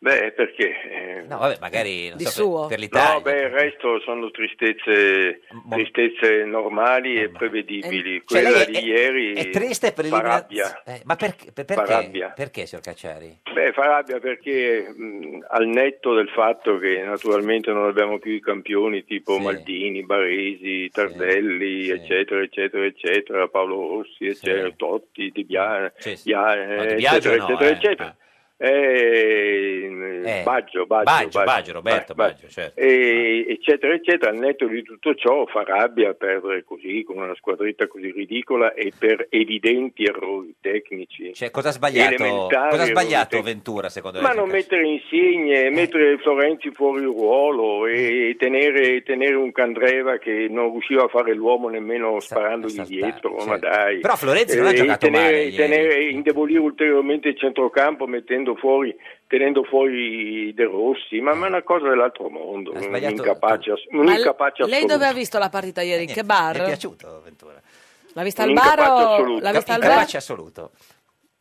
Beh, perché? eh, No, vabbè, magari non Di so, per- suo? per, l'Italia. No, beh, il resto sono tristezze, tristezze normali e Eh, prevedibili. Cioè, Quella lei è- di ieri è triste per fa l'elimina- rabbia. Eh, ma perché, per- Fa perché? rabbia. Perché, signor Cacciari? Beh, fa rabbia perché mh, al netto del fatto che naturalmente non abbiamo più i campioni tipo Maldini, Baresi, Tardelli, eccetera, eccetera, eccetera, Paolo Rossi, eccetera, Totti, Di Biagio, No, Di Biagio eccetera, no, eccetera, eh. eccetera. Eh, Eh, Baggio, Baggio, Baggio, Baggio, Roberto Baggio, certo. E, eccetera, eccetera. Al netto di tutto ciò fa rabbia perdere così, con una squadretta così ridicola e per evidenti errori tecnici. Cioè, cosa ha sbagliato, elementari cosa ha errori sbagliato tecnici. Ventura, secondo Ma lei? non mettere Eh. insegne, mettere Florenzi fuori ruolo Mm. e tenere, tenere un Candreva che non riusciva a fare l'uomo nemmeno sparandogli dietro, ma dai. Però Florenzi non ha Eh, giocato tenere- male ieri. tenere- indebolire ulteriormente il centrocampo mettendo fuori, tenendo fuori De Rossi, ma, ma è una cosa dell'altro mondo, un sbagliato incapace, ass- un Ma incapace lei dove assoluto. ha visto la partita ieri? In niente, che bar? Eh, mi è piaciuto, Ventura. L'ha vista al Un bar incapace o assoluto. l'ha vista al bar? Incapace assoluto.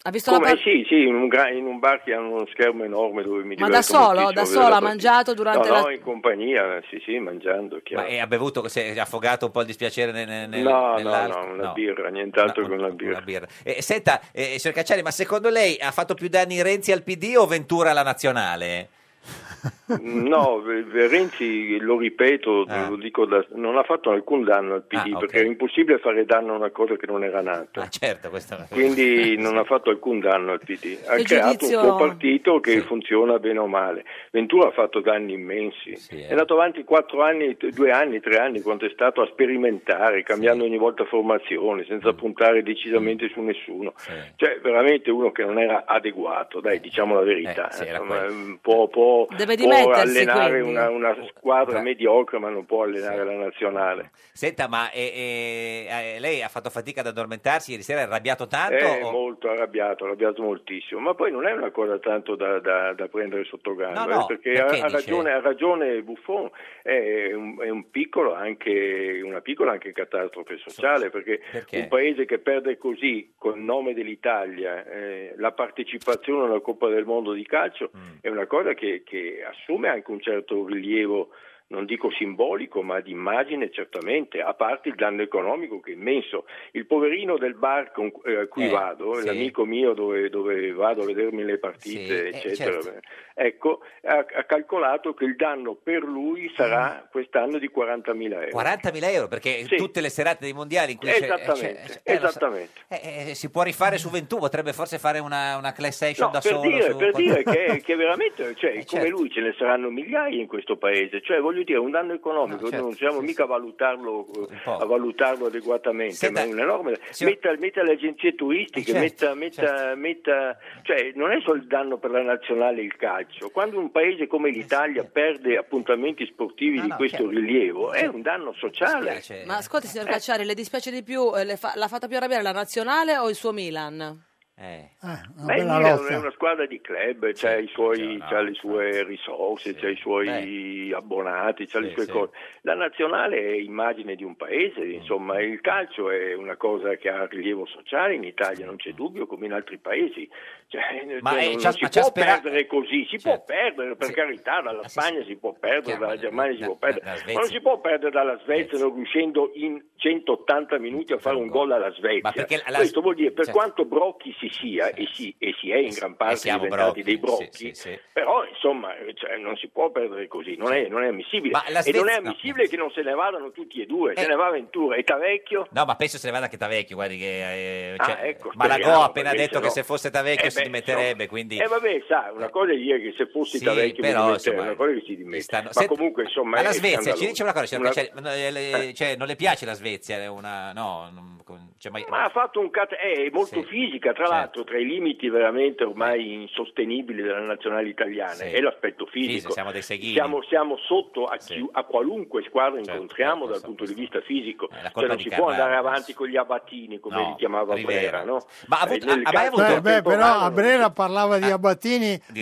Ha visto la Come? partita? Sì, sì, in un, gra- in un bar che hanno uno schermo enorme dove mi Ma diverto da solo? moltissimo Da a solo vedere ha la partita. mangiato durante no, la... no, in compagnia, sì, sì, mangiando, chiaro. Ma e ha bevuto, si è affogato un po' il dispiacere nel, nel, nel- no, no, nell'alcol? no, una No. birra, nient'altro che una birra. Eh, senta, eh, signor Cacciari, ma secondo lei ha fatto più danni Renzi al PD o Ventura alla nazionale? [LAUGHS] No, eh, Renzi, lo ripeto, Eh. lo dico da- non ha fatto alcun danno al PD, Ah, perché era impossibile fare danno a una cosa che non era nata. Certo, questo [LAUGHS] Quindi non ha fatto alcun danno al PD, ha Il creato giudizio- un suo partito che funziona bene o male. Ventura ha fatto danni immensi, è andato avanti quattro anni, t- due anni, tre anni, quando è stato a sperimentare, cambiando ogni volta formazione, senza puntare decisamente su nessuno. Cioè, veramente uno che non era adeguato, dai, diciamo la verità. Insomma, può, può- Deve può dimettersi, allenare quindi. una, una squadra mediocre, ma non può allenare la nazionale. Senta, ma eh, eh, eh, lei ha fatto fatica ad addormentarsi ieri sera, è arrabbiato tanto? È o- molto arrabbiato, arrabbiato moltissimo, ma poi non è una cosa tanto da, da- da prendere sotto gamba, No, no, eh, perché, ha, perché ha dice- ragione, ha ragione Buffon, è, un, è un piccolo anche, una piccola anche catastrofe sociale, perché, Perché? un paese che perde così, col nome dell'Italia, eh, la partecipazione alla Coppa del Mondo di calcio, Mm. è una cosa che, che assume anche un certo rilievo non dico simbolico, ma di immagine certamente, a parte il danno economico che è immenso. Il poverino del bar con- eh, a cui Eh, vado, sì. l'amico mio dove, dove vado a vedermi le partite, Sì, eh, eccetera, certo. ecco, ha, ha calcolato che il danno per lui sarà Mm. quest'anno di 40.000 euro. 40.000 euro perché tutte le serate dei mondiali in cui c'è- Esattamente, c'è- eh, lo so. esattamente. Eh, eh, si può rifare su Ventù, potrebbe forse fare una, una class action No, da per solo. dire, su- per [LAUGHS] dire che, che veramente, cioè, come certo. lui ce ne saranno migliaia in questo paese, cioè voglio dire, un danno economico, No, certo, non siamo mica a valutarlo, eh, a valutarlo adeguatamente, Senta, ma è un enorme... signor- Metta, metta le agenzie turistiche, Eh, certo, metta, metta- metta- cioè non è solo il danno per la nazionale il calcio, quando un paese Eh, come l'Italia perde appuntamenti sportivi di no, questo chiaro. rilievo, è un danno sociale. Ma ascolti, Eh. signor Cacciari, le dispiace di più, eh, le fa- l'ha fatta più arrabbiare la nazionale o il suo Milan? Eh. Ma bella il Milan lotta. è una squadra di club, c'ha, i suoi, c'ha le sue risorse, c'ha i suoi abbonati, c'ha le Sì, sue sì. cose. La nazionale è immagine di un paese, Mm. insomma il calcio è una cosa che ha rilievo sociale in Italia, non c'è dubbio, come in altri paesi. Cioè, Mm. Ma, cioè, eh, non, c'ha- non si ma c'ha può spera- Certo. perdere così, si può perdere per carità, dalla Spagna si può perdere, dalla Germania si può perdere, ma non si può perdere dalla Svezia non riuscendo in 180 minuti a fare un gol alla Svezia. perché la- la- Questo vuol dire per certo. quanto Brocchi si si sia e si, e si è in gran parte siamo diventati brocchi, dei brocchi, sì, sì, sì. però insomma cioè, non si può perdere così, non è, non è ammissibile. Ma la E non è Svezia- no. ammissibile che non se ne vadano tutti e due, Eh. se ne va Ventura e Tavecchio. No, ma penso se ne vada anche Tavecchio, guardi che... eh, Ah, cioè, ecco, Malagò speriamo, ha appena perché detto no. che se fosse Tavecchio Eh si beh, dimetterebbe, insomma. Eh, quindi... E vabbè, sa, una cosa è dire che se fossi Eh. Sì, Tavecchio però, mi dimetterei, insomma, una cosa è che si dimette. Ma senta- comunque, insomma, Ma la è Svezia, scandaloso. ci dice una cosa, signor Una- Cancelli, no, eh, le- cioè, non le piace la Svezia, è una... no, non- con- cioè, ma- Ma ha fatto un cat- è molto fisica, certo. tra l'altro tra i limiti veramente ormai insostenibili della nazionale italiana Eh. Sì. è l'aspetto Fisico, fisico. siamo dei seghini. Siamo, siamo sotto a, chi- a qualunque squadra Certo, incontriamo dal punto di vista fisico, Eh, colpa cioè non di si Carlo può andare Ancelotti. avanti con gli abbatini come No, li chiamava Rivera. Brera. No? Eh, Ma ha avuto- ha- ha mai avuto- Ah, Beh, beh, però Abrera parlava di Abbatini di-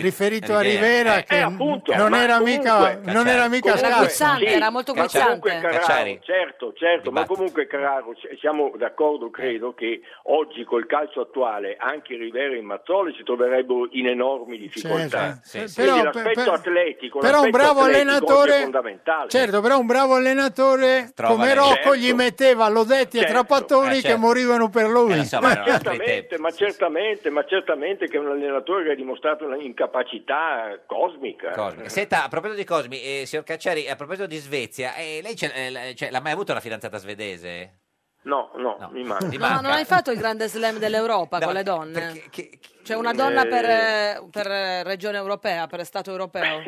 Rivera. riferito a Rivera Eh, certo. che eh, appunto, non, ma era comunque- mica, non era mica Comunque- scarso. sì, ma comunque guzzante. Carraro, Cacciari. certo, certo, ma comunque Carraro, c- siamo Eh. d'accordo, credo, che oggi col calcio attuale anche Rivera e Mazzoli si troverebbero in enormi difficoltà. Sì, sì. Quindi Però- l'aspetto per- atletico, Però un l'aspetto atletico bravo oggi è allenatore, fondamentale. certo, però un bravo allenatore Trova come le- Rocco Certo. gli metteva Lodetti Certo. e Trapattoni Eh, certo. che morivano per lui. Eh, ma, certamente, ma certamente, ma certamente che è un allenatore che ha dimostrato un'incapacità cosmica. Cosmi. Senta, a proposito di Cosmi, eh, signor Cacciari, a proposito di Svezia, eh, lei ce- eh, la- cioè, l'ha mai avuto una fidanzata svedese? No, no, mi manca. Ti No, manca? non hai fatto il grande slam dell'Europa con le donne? C'è una donna per, Eh, eh, per, eh, regione europea, per [LAUGHS] stato europeo?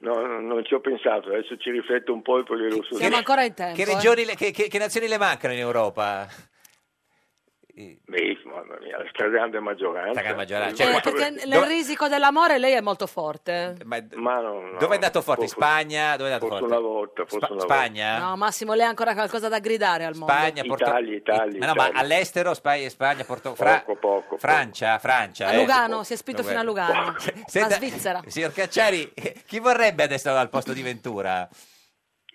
No, no, non ci ho pensato, adesso ci rifletto un po' e poi glielo so. Siamo ancora in tempo. Che, eh. regioni le- che- che- che nazioni le mancano in Europa? Beh, mamma mia, la stragrande maggioranza. maggioranza, cioè, Eh, perché nel Dove- risico dell'amore lei è molto forte. Ma, no, no. Dove è andato forte? In Spagna? Dove è andato Forse forte? una volta, forse Spa- una volta. Spagna? No, Massimo, lei ha ancora qualcosa da gridare al mondo. Spagna, Porto- Italia, Ma no, ma Italia. all'estero, Spagna, Spagna Porto... Fra- Francia, Francia. A eh. Lugano, si è spinto fino a Lugano. La [LAUGHS] Senta- Svizzera. Signor Cacciari, chi vorrebbe adesso al posto di Ventura?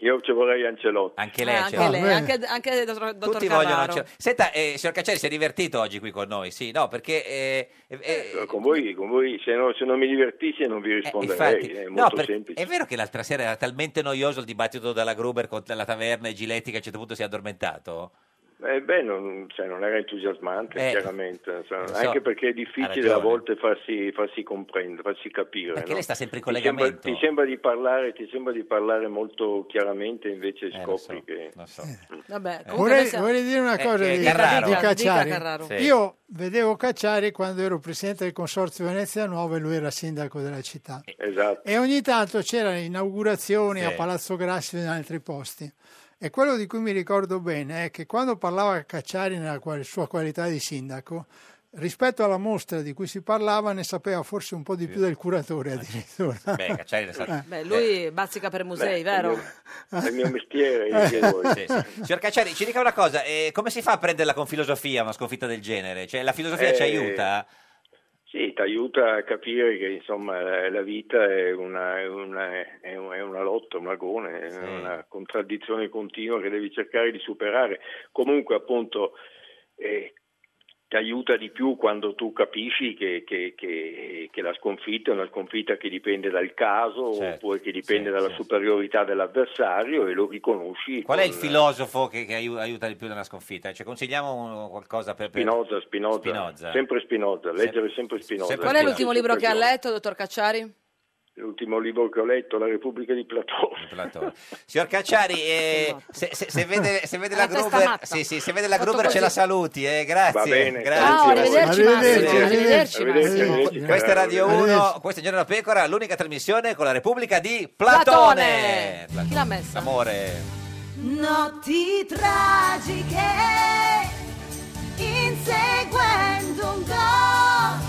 Io ci vorrei Ancelotti. Anche Eh, lei, anche Ancelotti. lei, anche, anche dottor, dottor Tutti Cavaro. vogliono Ancelotti. Senta, eh, signor Cacciari, si è divertito oggi qui con noi, sì, no, perché... eh, eh, eh, Con voi, con voi se, non, se non mi divertissi non vi risponderei, infatti, è no, molto perché semplice. è vero che l'altra sera era talmente noioso il dibattito dalla Gruber con la taverna e Giletti che a un certo punto si è addormentato? Eh, beh, non, cioè, non era entusiasmante, Eh, chiaramente, cioè, lo so. anche perché è Ha difficile ragione. a volte farsi, farsi comprendere, farsi capire. Perché no? lei sta sempre in Ti sembra- collegamento. Ti sembra, di parlare, ti sembra di parlare molto chiaramente, Eh, invece scopri che... Vabbè, comunque noi Vorrei, siamo- vorrei dire una Eh, cosa eh, di, di Carraro. Dica, Cacciari. dica, Carraro. Sì. Io vedevo Cacciari quando ero presidente del Consorzio Venezia Nuova e lui era sindaco della città. Esatto. E ogni tanto c'erano inaugurazioni Sì. a Palazzo Grassi e in altri posti. E quello di cui mi ricordo bene è che quando parlava Cacciari nella qual- sua qualità di sindaco, rispetto alla mostra di cui si parlava ne sapeva forse un po' di più del curatore addirittura. Beh, Cacciari ne sa- Eh. Beh, lui bazzica per musei, Beh, vero? È il mio mestiere, Eh. che voi. Sì, sì. Signor Cacciari, ci dica una cosa, eh, come si fa a prenderla con filosofia una sconfitta del genere? Cioè, la filosofia ci Eh, aiuta? Sì, ti aiuta a capire che insomma la- la vita è una, è una- è un- è una lotta, un agone, è una contraddizione continua che devi cercare di superare. Comunque appunto eh, ti aiuta di più quando tu capisci che, che- che- che la sconfitta è una sconfitta che dipende dal caso Certo, oppure che dipende dalla superiorità dell'avversario e lo riconosci. Qual è il con- filosofo che, che aiu- aiuta di più nella sconfitta? Cioè, consigliamo un- qualcosa per... per- Spinoza, Spinoza, Spinoza. sempre Spinoza, leggere sempre Spinoza. sempre Qual è l'ultimo libro che ha letto? letto, dottor Cacciari? L'ultimo libro che ho letto, La Repubblica di Platone. Signor Cacciari, eh, se, se- se vede, se vede la Alla testa Gruber, matta. sì, sì, se vede la Fatto Gruber ce così. la saluti, eh, grazie. Va bene, grazie. Ciao, arrivederci, Arrivederci, Massimo. arrivederci, arrivederci, Massimo. arrivederci. Questa è Radio Arrivederci. 1, questa è Giorno da Pecora, l'unica trasmissione con la Repubblica di Platone. Platone. Chi l'ha messa? Amore. Notti tragiche, inseguendo un gol,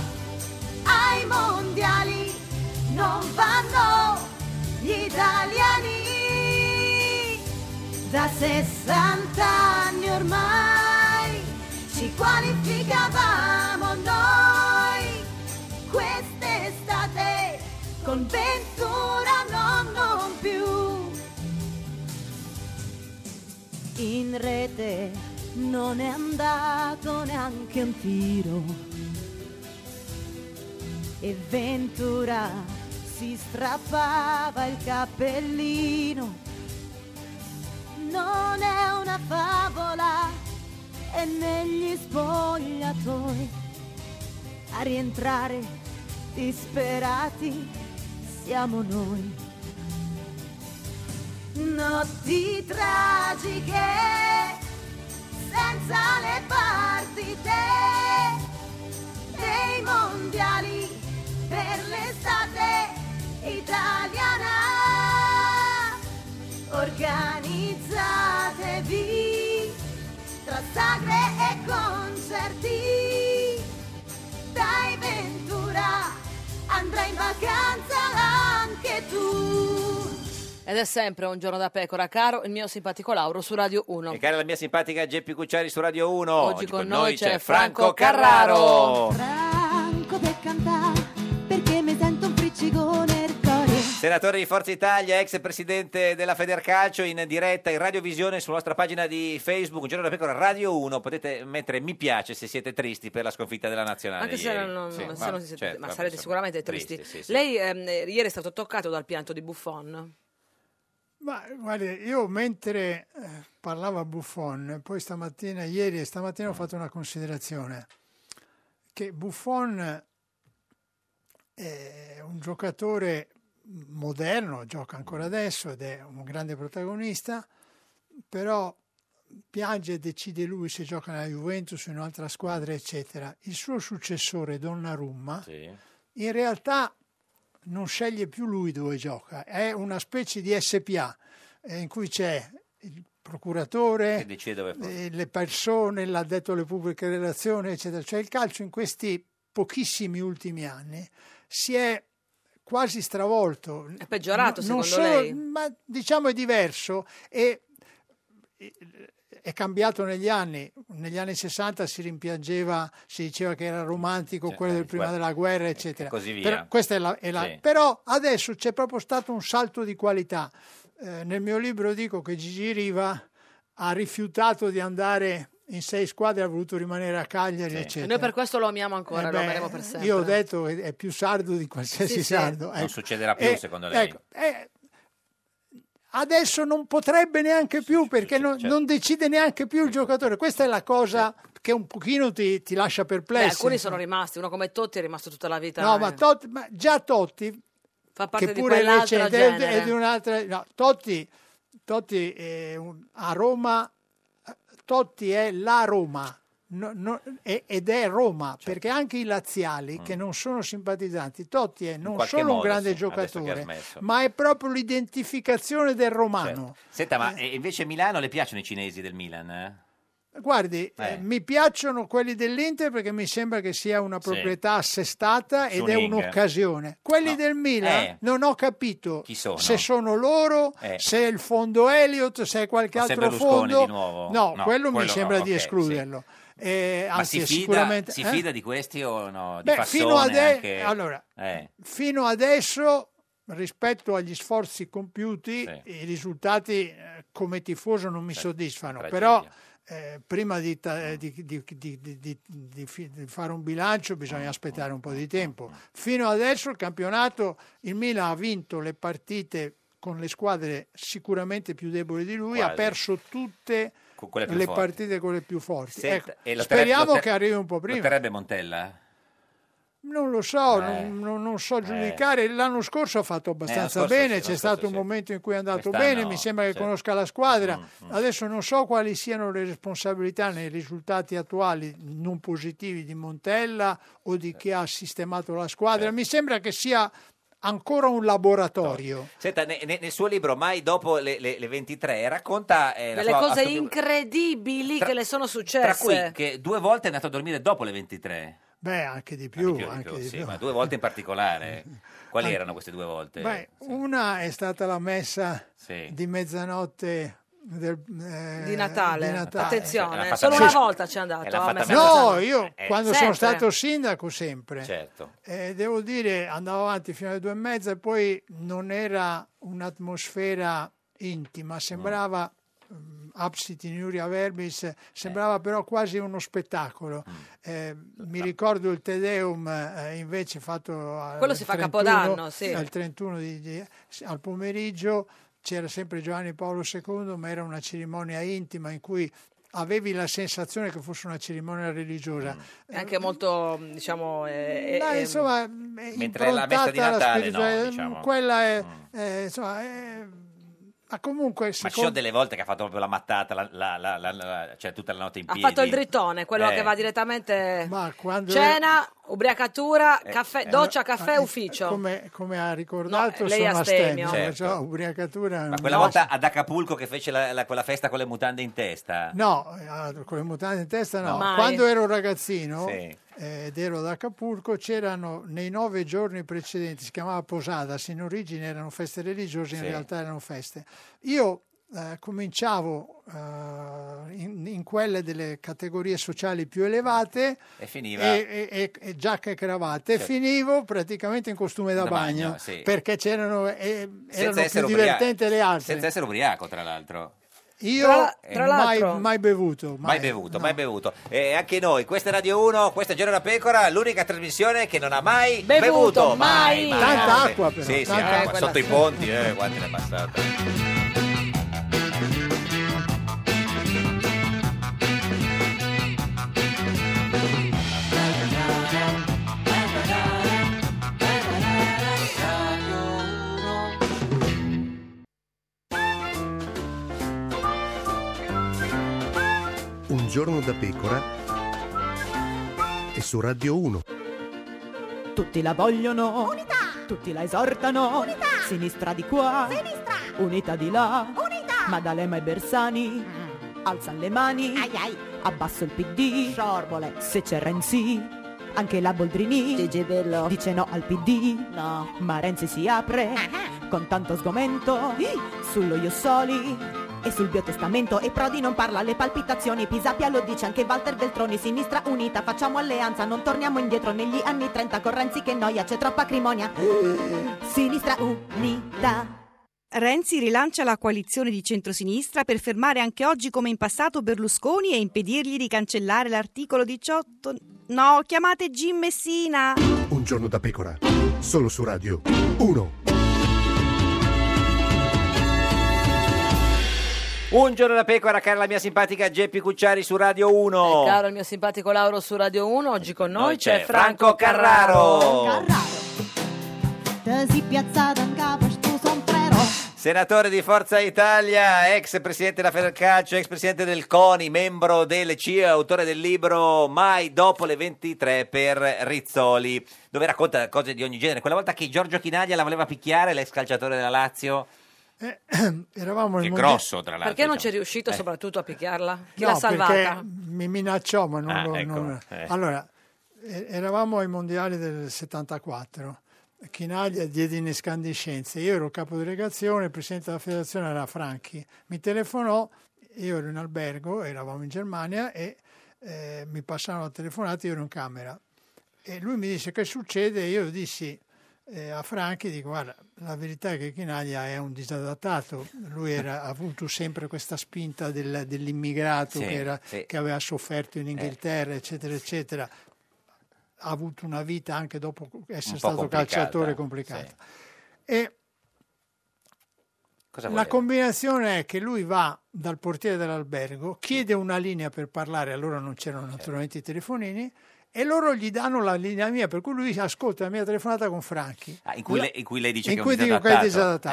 ai mondiali non vanno gli italiani. Da 60 anni ormai ci qualificavamo noi, quest'estate con Ventura no, non più. In rete non è andato neanche un tiro e Ventura si strappava il cappellino. Non è una favola e negli spogliatoi a rientrare disperati siamo noi. Notti tragiche senza le partite dei mondiali per l'estate italiana. Organizzatevi tra sagre e concerti. Dai Ventura andrai in vacanza anche tu. Ed è sempre un giorno da pecora, caro il mio simpatico Lauro su Radio 1. E cara la mia simpatica Geppi Cucciari su Radio 1. Oggi, con noi c'è Franco Carraro. Franco de cantà, perché mi sento un friccigone il cuore. Senatore di Forza Italia, ex presidente della Federcalcio, in diretta in radiovisione sulla nostra pagina di Facebook, un giorno da pecora Radio 1. Potete mettere mi piace se siete tristi per la sconfitta della nazionale. Anche se ieri. non, non- Sì, se ma- non si sente- certo, ma vabbè, sarete insomma, sicuramente tristi. sì, sì. Lei ehm, ieri è stato toccato dal pianto di Buffon. Ma guarda, io mentre eh, parlava Buffon, poi stamattina, ieri e stamattina ho fatto una considerazione, che Buffon è un giocatore moderno, gioca ancora adesso ed è un grande protagonista, però piange e decide lui se gioca nella Juventus, in un'altra squadra, eccetera. Il suo successore, Donnarumma, in realtà non sceglie più lui dove gioca, è una specie di SPA eh, in cui c'è il procuratore, Che decide dove eh, le persone, l'addetto alle pubbliche relazioni, eccetera. Cioè il calcio in questi pochissimi ultimi anni si è quasi stravolto. È peggiorato, No- non secondo solo- lei? Ma diciamo è diverso e è cambiato negli anni. Negli anni 60 si rimpiangeva, si diceva che era romantico quello del prima qua- della guerra, eccetera. così via. Però, questa è la- è la- Sì. però adesso c'è proprio stato un salto di qualità. Eh, nel mio libro dico che Gigi Riva ha rifiutato di andare in sei squadre, ha voluto rimanere a Cagliari, E eccetera. noi per questo lo amiamo ancora, certo. Eh lo beh, ameremo per sempre. Io ho detto che è più sardo di qualsiasi Sì, sì. sardo. Non ecco. succederà più, Eh, secondo lei? ecco, eh, adesso non potrebbe neanche più perché non, certo. non decide neanche più il giocatore. Questa è la cosa che un pochino ti, ti lascia Beh, perplesso. alcuni sono rimasti, uno come Totti è rimasto tutta la vita. No, eh. ma, Totti- ma già Totti, Fa parte che di pure lei quell'altro c'è, è genere. di- è di un'altra... No, Totti, Totti è un- a Roma, Totti è la Roma. no- no- e- ed è Roma Certo. perché anche i laziali che non sono simpatizzanti Totti è non Mm. qualche solo un modo, grande sì, adesso che ha giocatore smesso. ma è proprio l'identificazione del romano Senta, ma eh, invece Milano le piacciono i cinesi del Milan? eh? Guardi, Eh. eh, mi piacciono quelli dell'Inter perché mi sembra che sia una Sì. proprietà assestata ed è Suning. un'occasione. Quelli No. del Milan Eh. non ho capito Chi sono? se sono loro, Eh. se è il fondo Elliott, se è qualche O se è altro Berlusconi fondo. di nuovo? No, No, quello, mi quello sembra no, di ok, escluderlo. Eh, Ma anzi, si fida, sicuramente, si eh? fida di questi o no? Di Beh, Fassone fino ade- anche? allora, ecco, Eh, fino adesso rispetto agli sforzi compiuti i risultati eh, come tifoso non mi soddisfano tragedia. però eh, prima di, ta- di- di- di- di- di- di fi- di fare un bilancio Mm, bisogna aspettare un po' di tempo fino adesso il campionato il Milan ha vinto le partite con le squadre sicuramente più deboli di lui ha Quasi. perso tutte con quelle più le forti. partite con le più forti Senta, Ecco, e lo ter- speriamo lo ter- che arrivi un po' lo prima terrebbe Montella? non lo so, Eh. non, non- non so giudicare. L'anno scorso ha fatto abbastanza scorso sì, bene, l'anno c'è stato un momento in cui è andato Quest'anno, Mm, bene, mi sembra che certo. conosca la squadra. Adesso non so quali siano le responsabilità nei risultati attuali non positivi di Montella o Eh. di chi ha sistemato la squadra. Certo. Mi sembra che sia ancora un laboratorio. Senta, ne- ne- nel suo libro Mai dopo le, le- le 23 racconta... eh, la Delle sua cose autobi- incredibili che le sono Tra successe. cui che due volte è andato a dormire dopo le 23. Beh, anche di più. Più di Oh, anche più, di sì, più. ma due volte in [LAUGHS] particolare. Quali Anche- erano queste due volte? Beh, una è stata la messa Sì. di mezzanotte del, eh, Di Natale. di Natale. Attenzione, eh, L'ha fatta solo bene. una volta ci è andato. Eh, l'ha a fatta Messa bene. No, Mazzano. io Eh, quando sono sempre. stato sindaco sempre. Certo. Eh, devo dire, andavo avanti fino alle due e mezza e poi non era un'atmosfera intima, sembrava mm, absit in Iuria Eh. Verbis, sembrava però quasi uno spettacolo. Mm. Eh, mi ricordo il Te Deum eh, invece fatto al Quello si fa a 31, Capodanno, sì. al 31 di- di- al pomeriggio c'era sempre Giovanni Paolo II, ma era una cerimonia intima in cui avevi la sensazione che fosse una cerimonia religiosa. Mm. È anche molto, diciamo... eh, No, eh, insomma, è Mentre la messa di improntata alla Natale, no, spiritualità. diciamo. Quella è, eh, insomma, è- ma comunque Ma si ci sono delle volte che ha fatto proprio la mattata, la- la- la- la- la- cioè tutta la notte in Ha piedi. fatto il drittone, quello Eh. che va direttamente quando- cena, ubriacatura, Eh, caffè, eh, doccia, eh, caffè, ufficio. Come, come ha ricordato, No, lei è sono astemio. astemio, Certo. perciò ubriacatura Ma quella volta ad Acapulco che fece la- la- quella festa con le mutande in testa. No, eh, con le mutande in testa no. No. Mai. Quando ero ragazzino Sì. eh, ed ero ad Acapulco c'erano nei nove giorni precedenti, si chiamava Posadas, in origine erano feste religiose, in Sì. realtà erano feste. Io eh, cominciavo eh, in, in quelle delle categorie sociali più elevate E e, finiva. e, e- e giacca e cravatta e Certo. finivo praticamente in costume da, Da bagno, bagno, sì. perché c'erano, eh, senza erano più essere ubriaco- divertenti le altre. Senza essere ubriaco, tra l'altro. Io Tra- tra mai, l'altro- mai bevuto. Mai bevuto, mai bevuto. E anche noi, questa è Radio 1, questa è Giorno da Pecora, l'unica trasmissione che non ha mai bevuto. mai. Tanta anzi. acqua, però, Sì, sì, tanta acqua acqua. sotto i ponti, eh, quante ne è passata. Un giorno da pecora e su Radio 1. Tutti la vogliono. Unità. Tutti la esortano. Unità. Sinistra di qua. Sinistra. Unità di là. Unità. Mm. Maddalema e Bersani. Alzano le mani. Ai ai. Abbasso il PD. Sciorvole. Se c'è Renzi. Anche la Boldrini. Gigi Bello. Dice no al PD. No. Ah, Ma Renzi si apre. Con tanto sgomento. Sullo io soli. E sul biotestamento e Prodi non parla alle palpitazioni, Pisapia lo dice anche Walter Veltroni, sinistra unita, facciamo alleanza, non torniamo indietro negli anni 30 con Renzi che noia, c'è troppa acrimonia. Sinistra unita. Renzi rilancia la coalizione di centrosinistra per fermare anche oggi come in passato Berlusconi e impedirgli di cancellare l'articolo 18. No, chiamate Jim Messina. Un giorno da pecora, solo su Radio 1. Un giorno da pecora, cara la mia simpatica Geppi Cucciari su Radio 1. Caro il mio simpatico Lauro su Radio 1, oggi con noi, Noi c'è Franco Carraro. Te si piazzata in capo a sto sombrero. Senatore di Forza Italia, ex presidente della Federcalcio, ex presidente del CONI, membro del CIE, autore del libro Mai dopo le 23 per Rizzoli, dove racconta cose di ogni genere. Quella volta che Giorgio Chinaglia la voleva picchiare, l'ex calciatore della Lazio, Eh, [CLEARS THROAT] Eravamo che è nel mondiale- grosso tra l'altro. Perché non c'è riuscito Eh. soprattutto a picchiarla? Chi No, l'ha salvata? perché mi minacciò, ma non Ah, lo... ecco, non- eh. Allora, e- eravamo ai mondiali del 74. Chinaglia diede in escandescenze. Io ero capo delegazione, il presidente della federazione era Franchi. Mi telefonò, io ero in albergo, eravamo in Germania e eh, mi passarono la telefonata, io ero in camera. E lui mi disse che succede? E io dissi eh, a Franchi, dico guarda, la verità è che Chinaglia è un disadattato, lui era- ha avuto sempre questa spinta del- dell'immigrato Sì, che, era- sì. Eh. che aveva sofferto in Inghilterra, eccetera, eccetera. Ha avuto una vita anche dopo essere po' stato complicata, calciatore complicata. E Cosa la voleva? combinazione è che lui va dal portiere dell'albergo, chiede una linea per parlare, allora non c'erano Certo. naturalmente i telefonini, e loro gli danno la linea mia, per cui lui ascolta la mia telefonata con Franchi. Ah, in, cui La- lei, in cui lei dice in che cui è un dico che disadattato. è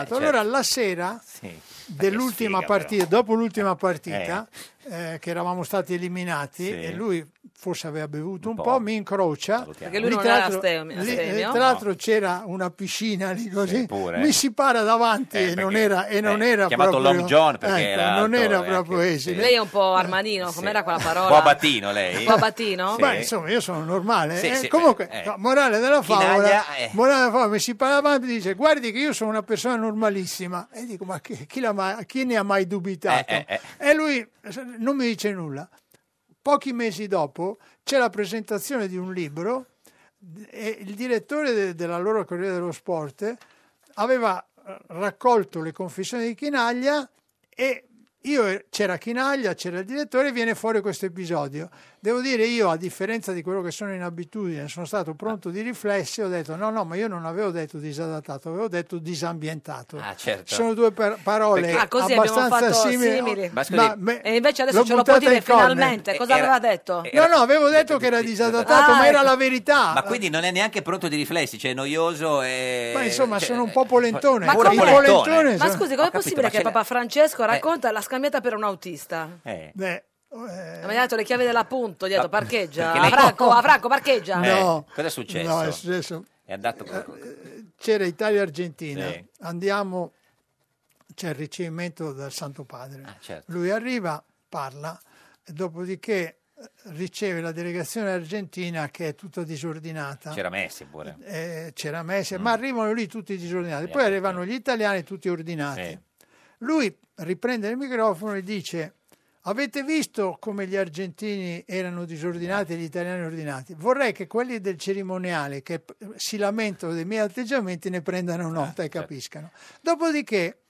disadattato. Eh, Allora certo. la sera Sì. dell'ultima sfiga, però. partita, dopo l'ultima partita, eh, che eravamo stati eliminati e lui forse aveva bevuto un, po', mi incrocia. Perché lui Lì, non tra era l'altro- astemio- lì, eh, astemio. Tra l'altro c'era una piscina lì così, pure. mi si para davanti Eh, e non perché- era, e non eh, era chiamato proprio... Long John perché ecco, era non alto, era eh, proprio esile. Lei è un Eh, po' Armanino, com'era quella Un po' parola? abbattino lei. Un po' abbattino? Sì. Beh, insomma, io sono normale. Sì, eh. sì, Comunque, beh, eh. no, morale della favola, Chinaglia, eh. morale della favola, mi si parla avanti e dice: Guardi, che io sono una persona normalissima. E dico: Ma chi, chi l'ha mai- chi ne ha mai dubitato? Eh, eh, E lui eh, non mi dice nulla. Pochi mesi dopo c'è la presentazione di un libro eh, e il direttore de- della loro Corriere dello Sport aveva eh, raccolto le confessioni di Chinaglia e Io c'era Chinaglia, c'era il direttore, viene fuori questo episodio. Devo dire, io, a differenza di quello che sono in abitudine, sono stato pronto di riflessi e ho detto: no, no, ma io non avevo detto disadattato, avevo detto disambientato. [LAUGHS] Ah, certo. Sono due par- parole Ah, così abbiamo abbastanza fatto simili. simili. Ma scusi- Ma me- E invece adesso l'ho ce lo può buttata dire in colle. finalmente. Cosa aveva detto? No, no, avevo detto che era disadattato, Ah, ma era ecco. la verità. Ma quindi non è neanche pronto di riflessi, cioè è noioso e... Ma insomma, cioè, sono un po' polentone. Ma Pure come- polentone. Ma sono- scusi, Ho com'è capito, possibile ma Eh. che c'è la- Papa Francesco racconta la scambiata per un autista? Eh. Beh, Mi ha dato le chiavi dell'appunto, gli ha detto parcheggia. Ah, perché lei- A Franco, a Franco, parcheggia. Eh, No. cosa è successo? No, è successo- Eh, È andato... c'era Italia-Argentina. Sì. Andiamo, c'è il ricevimento dal Santo Padre. certo. Lui arriva, parla, e dopodiché eh, riceve la delegazione argentina che è tutta disordinata. C'era Messi pure. Eh, c'era Messi, ma arrivano lì tutti disordinati. Poi arrivano gli italiani tutti ordinati. Lui riprende il microfono e dice: Avete visto come gli argentini erano disordinati e gli italiani ordinati? Vorrei che quelli del cerimoniale che p- si lamentano dei miei atteggiamenti ne prendano nota e capiscano. Dopodiché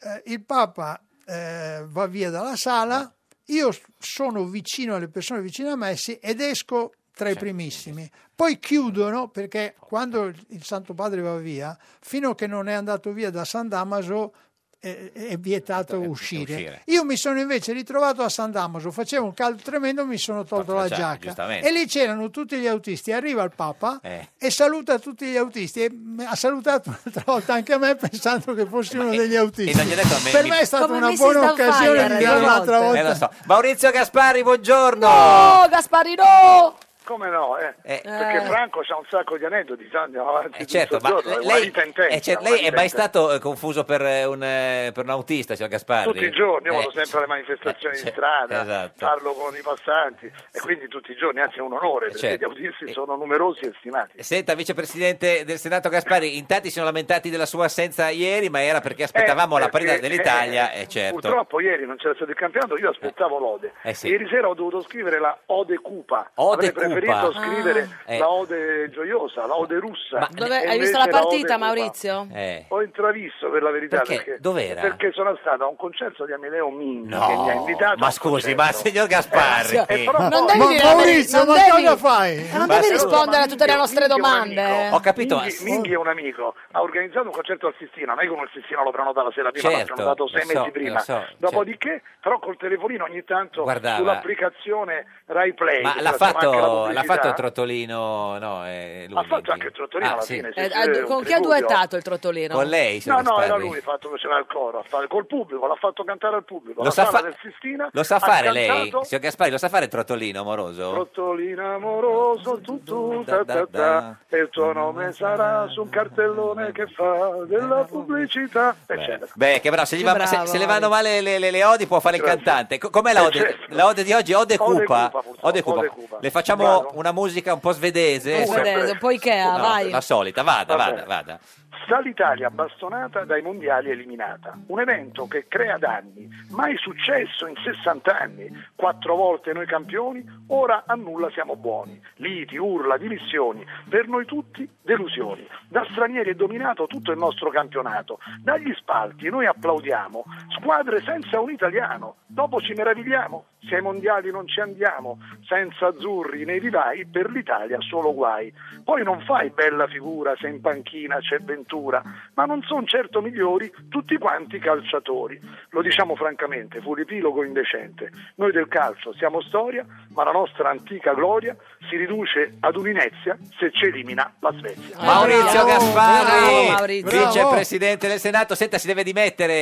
eh, il Papa eh, va via dalla sala, io s- sono vicino alle persone vicine a Messi ed esco tra i primissimi. Poi chiudono perché quando il il Santo Padre va via, fino a che non è andato via da San Damaso eh, è vietato uscire. uscire. Io mi sono invece ritrovato a San Damaso, facevo un caldo tremendo, mi sono tolto Porca la giacca, giacca giustamente. e lì c'erano tutti gli autisti. Arriva il Papa Eh. e saluta tutti gli autisti e m- ha salutato un'altra volta anche a me pensando che fossi uno degli autisti. e non gli ha detto a me- per mi- me è stata Come una Mrs. buona Doubtfire, occasione di due dire un'altra volte. Eh, lo volta. so. Maurizio Gasparri, buongiorno! No, Gaspari, no! Come no? eh? Perché Franco c'ha un sacco di aneddoti, andiamo avanti Eh, certo, tutto ma il le- giorno, una lei, vita intensa, eh, certo, una lei vita è mai intensa. stato eh, confuso per, eh, un, eh, per un autista, signor Gasparri? Tutti i giorni, io Eh, vado sempre alle manifestazioni eh, di strada, esatto. parlo con i passanti e quindi tutti i giorni, anzi è un onore perché certo. gli autisti sono numerosi e stimati. Senta, vicepresidente del Senato Gasparri, in tanti si sono lamentati della sua assenza ieri, ma era perché aspettavamo Eh, la partita perché, dell'Italia, eh, eh, certo. Purtroppo ieri non c'era stato il campionato, io aspettavo l'Ode. Eh, sì. Ieri sera ho dovuto scrivere la Ode Cupa. Ode Avrei preferito cupa. scrivere Ah. Eh. la Ode gioiosa, la Ode russa. Dove- E hai visto la Eh, invece partita, Ode Cupa. Maurizio? Eh. Ho intravisto per la verità Perché? perché, Dov'era? perché sono stato a un concerto di Amileo Mini No, che mi ha invitato. ma a un scusi, concerto. ma signor Gasparri, Eh, eh, però Non poi- devi dire la Maurizio, verità, ma non cosa devi- fai? Ma Eh, non Ma devi se- rispondere a tutte le Minghi- nostre Minghi è un domande. amico. Ho capito, ma- Minghi, Minghi è un amico, ha organizzato un concerto al Sistina, non è che uno al Sistina lo prenota la sera prima, l'ha Certo, prenotato sei lo so, mesi prima. lo so, certo. Dopodiché, però col telefonino ogni tanto Guardava. sull'applicazione Rai Play. ma l'ha che la- insomma, Eh, anche la fatto, l'ha pubblicità, fatto Trottolino, no, eh, lui, Ha fatto Minghi. anche Trottorino Ah, alla sì. fine. sì, Eh, sì, eh, un con chi ha tripudio. duettato il Trottolino? Con lei, No, signor no, era Gasparri? lui fatto c'era il coro, ha fatto- col pubblico, l'ha fatto cantare al pubblico. Lo la sa, sala fa- del Sistina, lo sa ha fare lei, cantato- signor Gasparri, lo sa fare Trottolino, amoroso? Trottolino amoroso, tu tu ta ta ta, e il tuo nome sarà su un cartellone che fa della pubblicità, eccetera. Beh, che bravo, se, gli Che va- bravo, se- se le vanno male le, le- le odi può fare il Grazie. cantante. Co- Com'è la Eh, ode, certo. la ode di oggi? Ode Ode Cupa. Cupa, purtroppo, Ode Cupa. Ode Cupa. Le facciamo Bravo. una musica un po' svedese. Un po' svedese, Eh, un po' Ikea, No, vai. La solita, vada, Va vada, bene. vada. Sta l'Italia bastonata dai mondiali eliminata, un evento che crea danni, mai successo in 60 anni, quattro volte noi campioni, ora a nulla siamo buoni, liti, urla, dimissioni, per noi tutti delusioni, da stranieri è dominato tutto il nostro campionato, dagli spalti noi applaudiamo, squadre senza un italiano, dopo ci meravigliamo, se ai mondiali non ci andiamo, senza azzurri nei vivai per l'Italia solo guai. Poi non fai bella figura se in panchina c'è Ventura, ma non sono certo migliori tutti quanti i calciatori. Lo diciamo francamente, fu l'epilogo indecente. Noi del calcio siamo storia, ma la nostra antica gloria si riduce ad un'inezia se ci elimina la Svezia. Maurizio Eh, bravo, Gasparri, bravo, Maurizio. vicepresidente del Senato. Senta, si deve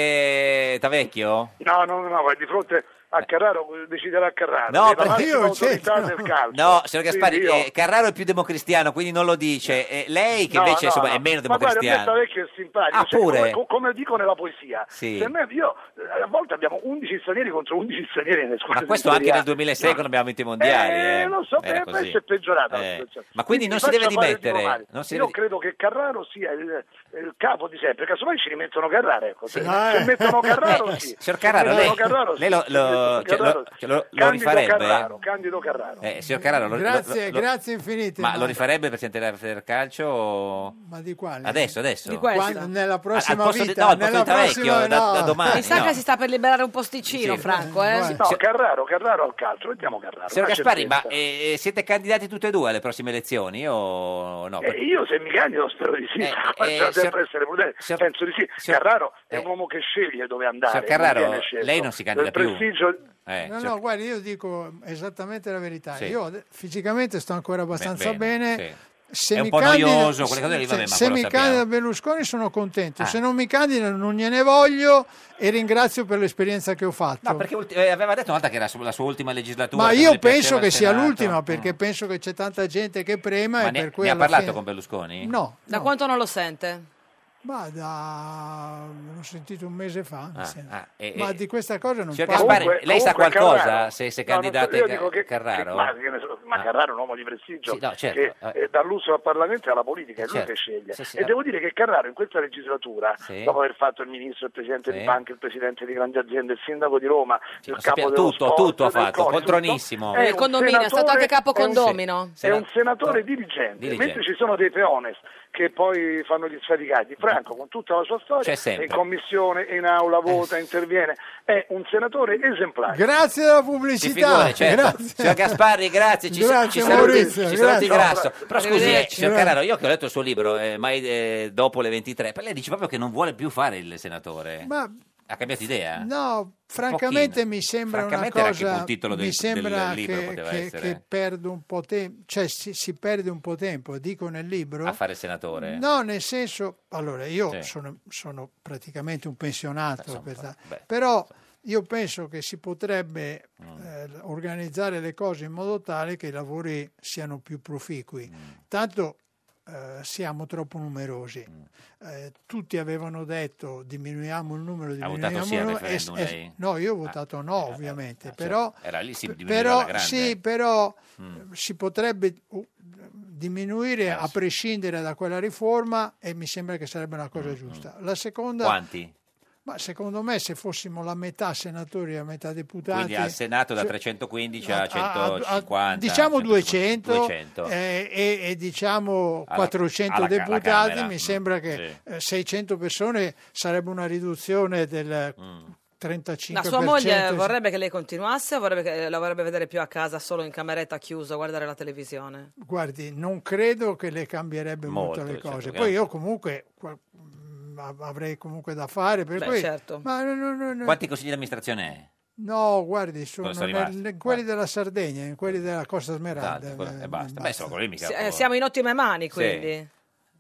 dimettere Tavecchio? No, no, no, no, è di fronte a Carraro deciderà Carraro. No, certo. è la perché massima io autorità del calcio. No, signor Gasparri, Quindi io- eh, Carraro è più democristiano, quindi non lo dice. Eh, lei, che No, invece no, insomma, no. è meno Ma guarda, a me sta democristiano. vecchio è simpatico. Ah, cioè, pure? come- co- come dico nella poesia. Sì. Se me- io, eh, a volte abbiamo 11 stranieri contro 11 stranieri nelle squadre. Ma questo di anche nel Serie A. 2006 quando abbiamo vinto i mondiali. Eh, eh. lo so, Era beh, così. adesso è peggiorata Eh, la situazione. Ma quindi non si faccia deve fare il dimettere. diplomatico. Non si Io deve- credo che Carraro sia il, il capo di sé, perché casomai ci rimettono Carraro. Ecco. Se, Ah, se eh. [LAUGHS] mettono Carraro, Eh, sì. signor Se Carraro, mettono lei, Carraro, sì. lei lo, lo- lo, cioè, lo- cioè, lo- lo Candido Carraro, rifarebbe? Candido Carraro. Eh, signor Carraro, lo- lo- Grazie, lo- grazie infinite. Ma lo rifarebbe il presidente della Federcalcio? o- Ma di quale? Adesso, adesso. Di questa. Quando- nella prossima posto di- vita, no, al posto nella di Tavecchio, prossima, da- no. da domani, Mi sa no. che si sta per liberare un posticino, Sì. Franco. Eh? No, Carraro, Carraro al calcio, mettiamo Carraro. Signor una Gasparri, ma certezza. eh, eh, siete candidati tutti e due alle prossime elezioni o no? Eh, Eh, io se mi candido spero di sì, [LAUGHS] ma bisogna sempre essere prudenti, penso di sì. Carraro è un uomo che sceglie dove andare. eh. signor Carraro, non viene scelto. lei non si candida Del più. prestigio- Eh, No, signor- no, guarda, io dico esattamente la verità. Sì. Io ade- fisicamente sto ancora abbastanza Beh, bene. bene, sì. Se È un mi po' candida- noioso, quelle cose lì, se- vabbè, ma se quello mi sappiamo. candida Berlusconi sono contento, Ah. se non mi candida non gliene voglio e ringrazio per l'esperienza che ho fatto. No, perché ulti- eh, aveva detto una volta che era su- la sua ultima legislatura. Ma che non io le piaceva penso il che sia Senato. mm. l'ultima perché penso che c'è tanta gente che prema Ma e ne, per ne cui ha alla parlato fine- con Berlusconi? No, Da quanto non lo sente? ma da... l'ho sentito un mese fa. mi Ah, sembra. ah, e- ma e- di questa cosa non Signor parlo. Gaspari, lei sa comunque qualcosa Carraro- se, se No, non so, candidate io Ca- dico che- Carraro? Ah. che- ma, che ne so, ma Carraro è un uomo di prestigio Sì, no, certo, che eh. eh, dall'uso al Parlamento e alla politica è lui Certo, che sceglie sì, sì, e eh. devo dire che Carraro in questa legislatura Sì. dopo aver fatto il ministro, il presidente Sì. di banca il presidente di grandi aziende, il sindaco di Roma il capo sappiamo- dello tutto, sport, tutto ha del fatto, CONI, contronissimo. tutto. È Eh, Del un Eh, condominio, è stato anche capo senatore- è un- condomino. è un senatore dirigente, Dirigente. mentre ci sono dei peones che poi fanno gli sfaticati Franco con tutta la sua storia C'è sempre. Eh, in commissione, in aula, vota, interviene è un senatore esemplare Grazie della Si pubblicità. figuri, certo. Grazie. Signor Gasparri, grazie, ci, Grazie, ci saluti, Maurizio, ci saluti grazie. grasso. Però scusi, eh, Arrivederci. signor Carraro, io che ho letto il suo libro, eh, mai eh, dopo le 23, per lei dice proprio che non vuole più fare il senatore. Ma Ha cambiato idea? No, francamente mi Eh. sembra Francamente una era cosa. anche un titolo del- mi sembra del libro, che, poteva che- essere. che perdo un po' tempo, cioè si, si perde un po' tempo, dico nel libro. A fare il senatore? No, nel senso, allora io Sì. sono, sono praticamente un pensionato, questa- beh. Mm. però io penso che si potrebbe eh, organizzare le cose in modo tale che i lavori siano più proficui. Mm. Tanto eh, siamo troppo numerosi. Mm. Eh, tutti avevano detto diminuiamo il numero, votato diminuiamo sì al il numero. referendum, lei? Ah, eh, no, io ho votato no, ovviamente, Cioè, però era lì si diminuiva alla però, grande. sì, però Mm. eh, si potrebbe uh, diminuire a prescindere da quella riforma e mi sembra che sarebbe una Mm, cosa giusta. La seconda, Quanti? ma secondo me se fossimo la metà senatori e la metà deputati... Quindi al Senato da cioè, 315 a- a Cioè, a- a- 150. diciamo 200, 200. eh, e, e diciamo Alla- 400 alla ca- alla deputati, Camera, mm, mi sembra che eh, 600 persone sarebbe una riduzione del Mm. 35%. La sua moglie vorrebbe che lei continuasse o vorrebbe che la vorrebbe vedere più a casa, solo in cameretta chiusa, a guardare la televisione? Guardi, non credo che le cambierebbe molto, Molto, le certo, cose. perché- Poi io comunque qua- mh, av- avrei comunque da fare, Eh, per Beh, cui- certo. ma no, no, no, no. Quanti consigli di amministrazione è? No, guardi, sono sono nel- rimasti? Eh. in quelli della Sardegna, in quelli della Costa Smeralda. eh, Tanti, quello- e basta. Beh, insomma, con lui mica Si- eh, può- siamo in ottime mani, Sì. quindi.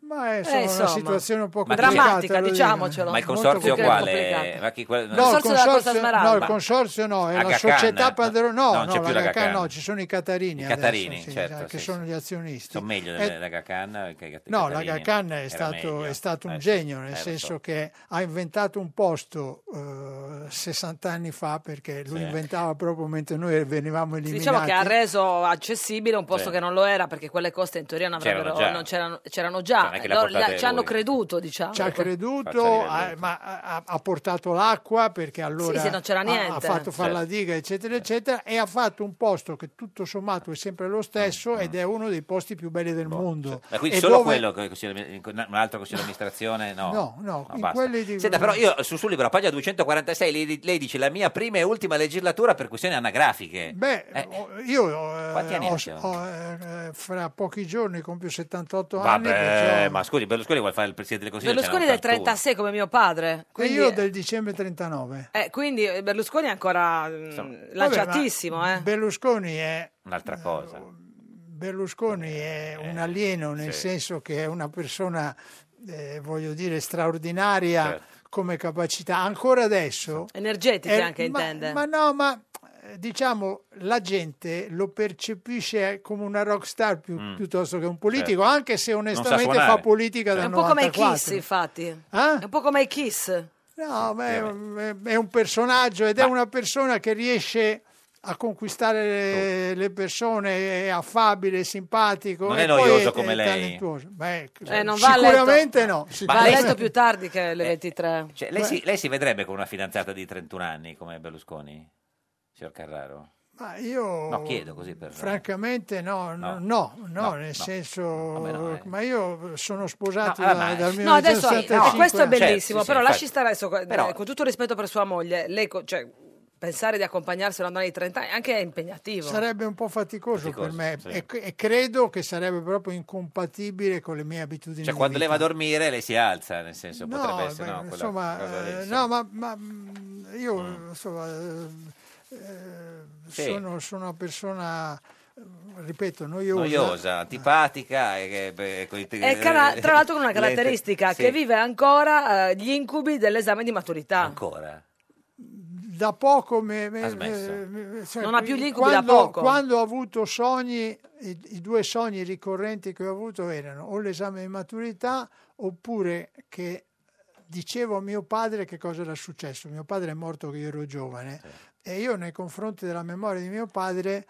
Ma è Eh, insomma, insomma. una situazione un po' Ma chi- complicata. Drammatica, lo dico. diciamocelo. Ma il Molto consorzio complicato. quale? Complicato. Ma chi- quello- No, il Consorzio della Costa consorzio no, il Smeralda. consorzio no, è la Aga Khan, società padrona. No, no, non no, c'è più la l'Aga Khan Khan. no, ci sono i Catarini. I adesso, Catarini, sì, esatto, certo, che sì, sono gli azionisti. sono meglio Eh, dell'Aga Khan che i No, Catalini. la Khan è Era stato, meglio. è stato un Eh, sì, genio, nel eh, lo senso so. che ha inventato un posto eh, 60 anni fa perché lo Sì. inventava proprio mentre noi venivamo eliminati. Diciamo che ha reso accessibile un posto Sì. che non lo era, perché quelle coste in teoria non C'erano avrebbero, già. non c'erano, c'erano non già. è che le ha Loro le- portate ci hanno lui. creduto, diciamo. Ci ha creduto, Faccia di ha- ma ha, ha portato l'acqua perché allora sì, non c'era ha- niente. ha fatto fare Certo. la diga, eccetera, eccetera, e ha fatto un posto che tutto sommato è sempre lo stesso Mm, ed è uno dei posti più belli del mondo. Boh, Ma quindi E solo dove- quello che consiglio di- un altro consiglio di amministrazione? No, No, no, in basta. quelli di- Senta, però io sul suo libro, a pagina 246, lei, lei dice la mia prima e ultima legislatura per questioni anagrafiche. Beh, ho- io eh, Quanti anni ho- ne siamo? ho, eh, fra pochi giorni compio 78 anni. Vabbè, perciò- ma scusi, Berlusconi vuole fare il presidente del Consiglio? Berlusconi ce del n'ha 81. 36 come mio padre. E Quindi, io del dicembre 39. eh, quindi Berlusconi è ancora mm, lanciatissimo. eh. Berlusconi è, Un'altra cosa. oh, Berlusconi è un alieno nel Eh, sì. senso che è una persona, eh, voglio dire, straordinaria Certo. come capacità. Ancora adesso... Energetiche Eh, anche ma- intende. Ma no, ma eh, diciamo la gente lo percepisce come una rockstar più, Mm. piuttosto che un politico, Certo. anche se onestamente suonare. fa politica da è un po' 94. come i Kiss, infatti. È un po' come i Kiss. No, beh, è- è un personaggio ed è una persona che riesce a conquistare le, le persone, è affabile, simpatico. Non e è poi noioso è- come è lei? Eh. talentuoso. Beh, ecco, Eh, non va a letto. sicuramente no. Va a sicuramente- letto più tardi che le 23. Cioè, lei, si, lei si vedrebbe con una fidanzata di 31 anni come Berlusconi? signor Carraro? Ma io No, chiedo così per... Francamente no, no, No. no, no, nel senso... eh. Ma io sono sposato No, da, vabbè. dal mio No, adesso eh, 1975. questo Certo, è bellissimo, però lasci stare adesso, co- Però- eh, con tutto il rispetto per sua moglie, lei co- cioè, pensare di accompagnarsi a una donna di 30 anni anche è impegnativo. Sarebbe un po' faticoso, Faticoso, per me sì. e, e credo che sarebbe proprio incompatibile con le mie abitudini. Cioè, di quando lei va a vita. dormire, lei si alza, nel senso, No, potrebbe essere... beh, no, quella insomma, cosa lì, eh, sì. no, ma, ma, mm, io insomma, eh, eh, Sì. sono, sono una persona, eh, ripeto, noiosa. Noiosa, antipatica e, che- beh, con i- E [LAUGHS] cara- tra l'altro con una lente- caratteristica Eh, sì. che vive ancora eh, gli incubi dell'esame di maturità. Ancora? Da poco me- me- eh, Ha smesso. me- me- Non ha più gli incubi da quando, poco. Quando ho avuto sogni, i, i due sogni ricorrenti che ho avuto erano o l'esame di maturità oppure che dicevo a mio padre che cosa era successo. Mio padre è morto che io ero giovane e io nei confronti della memoria di mio padre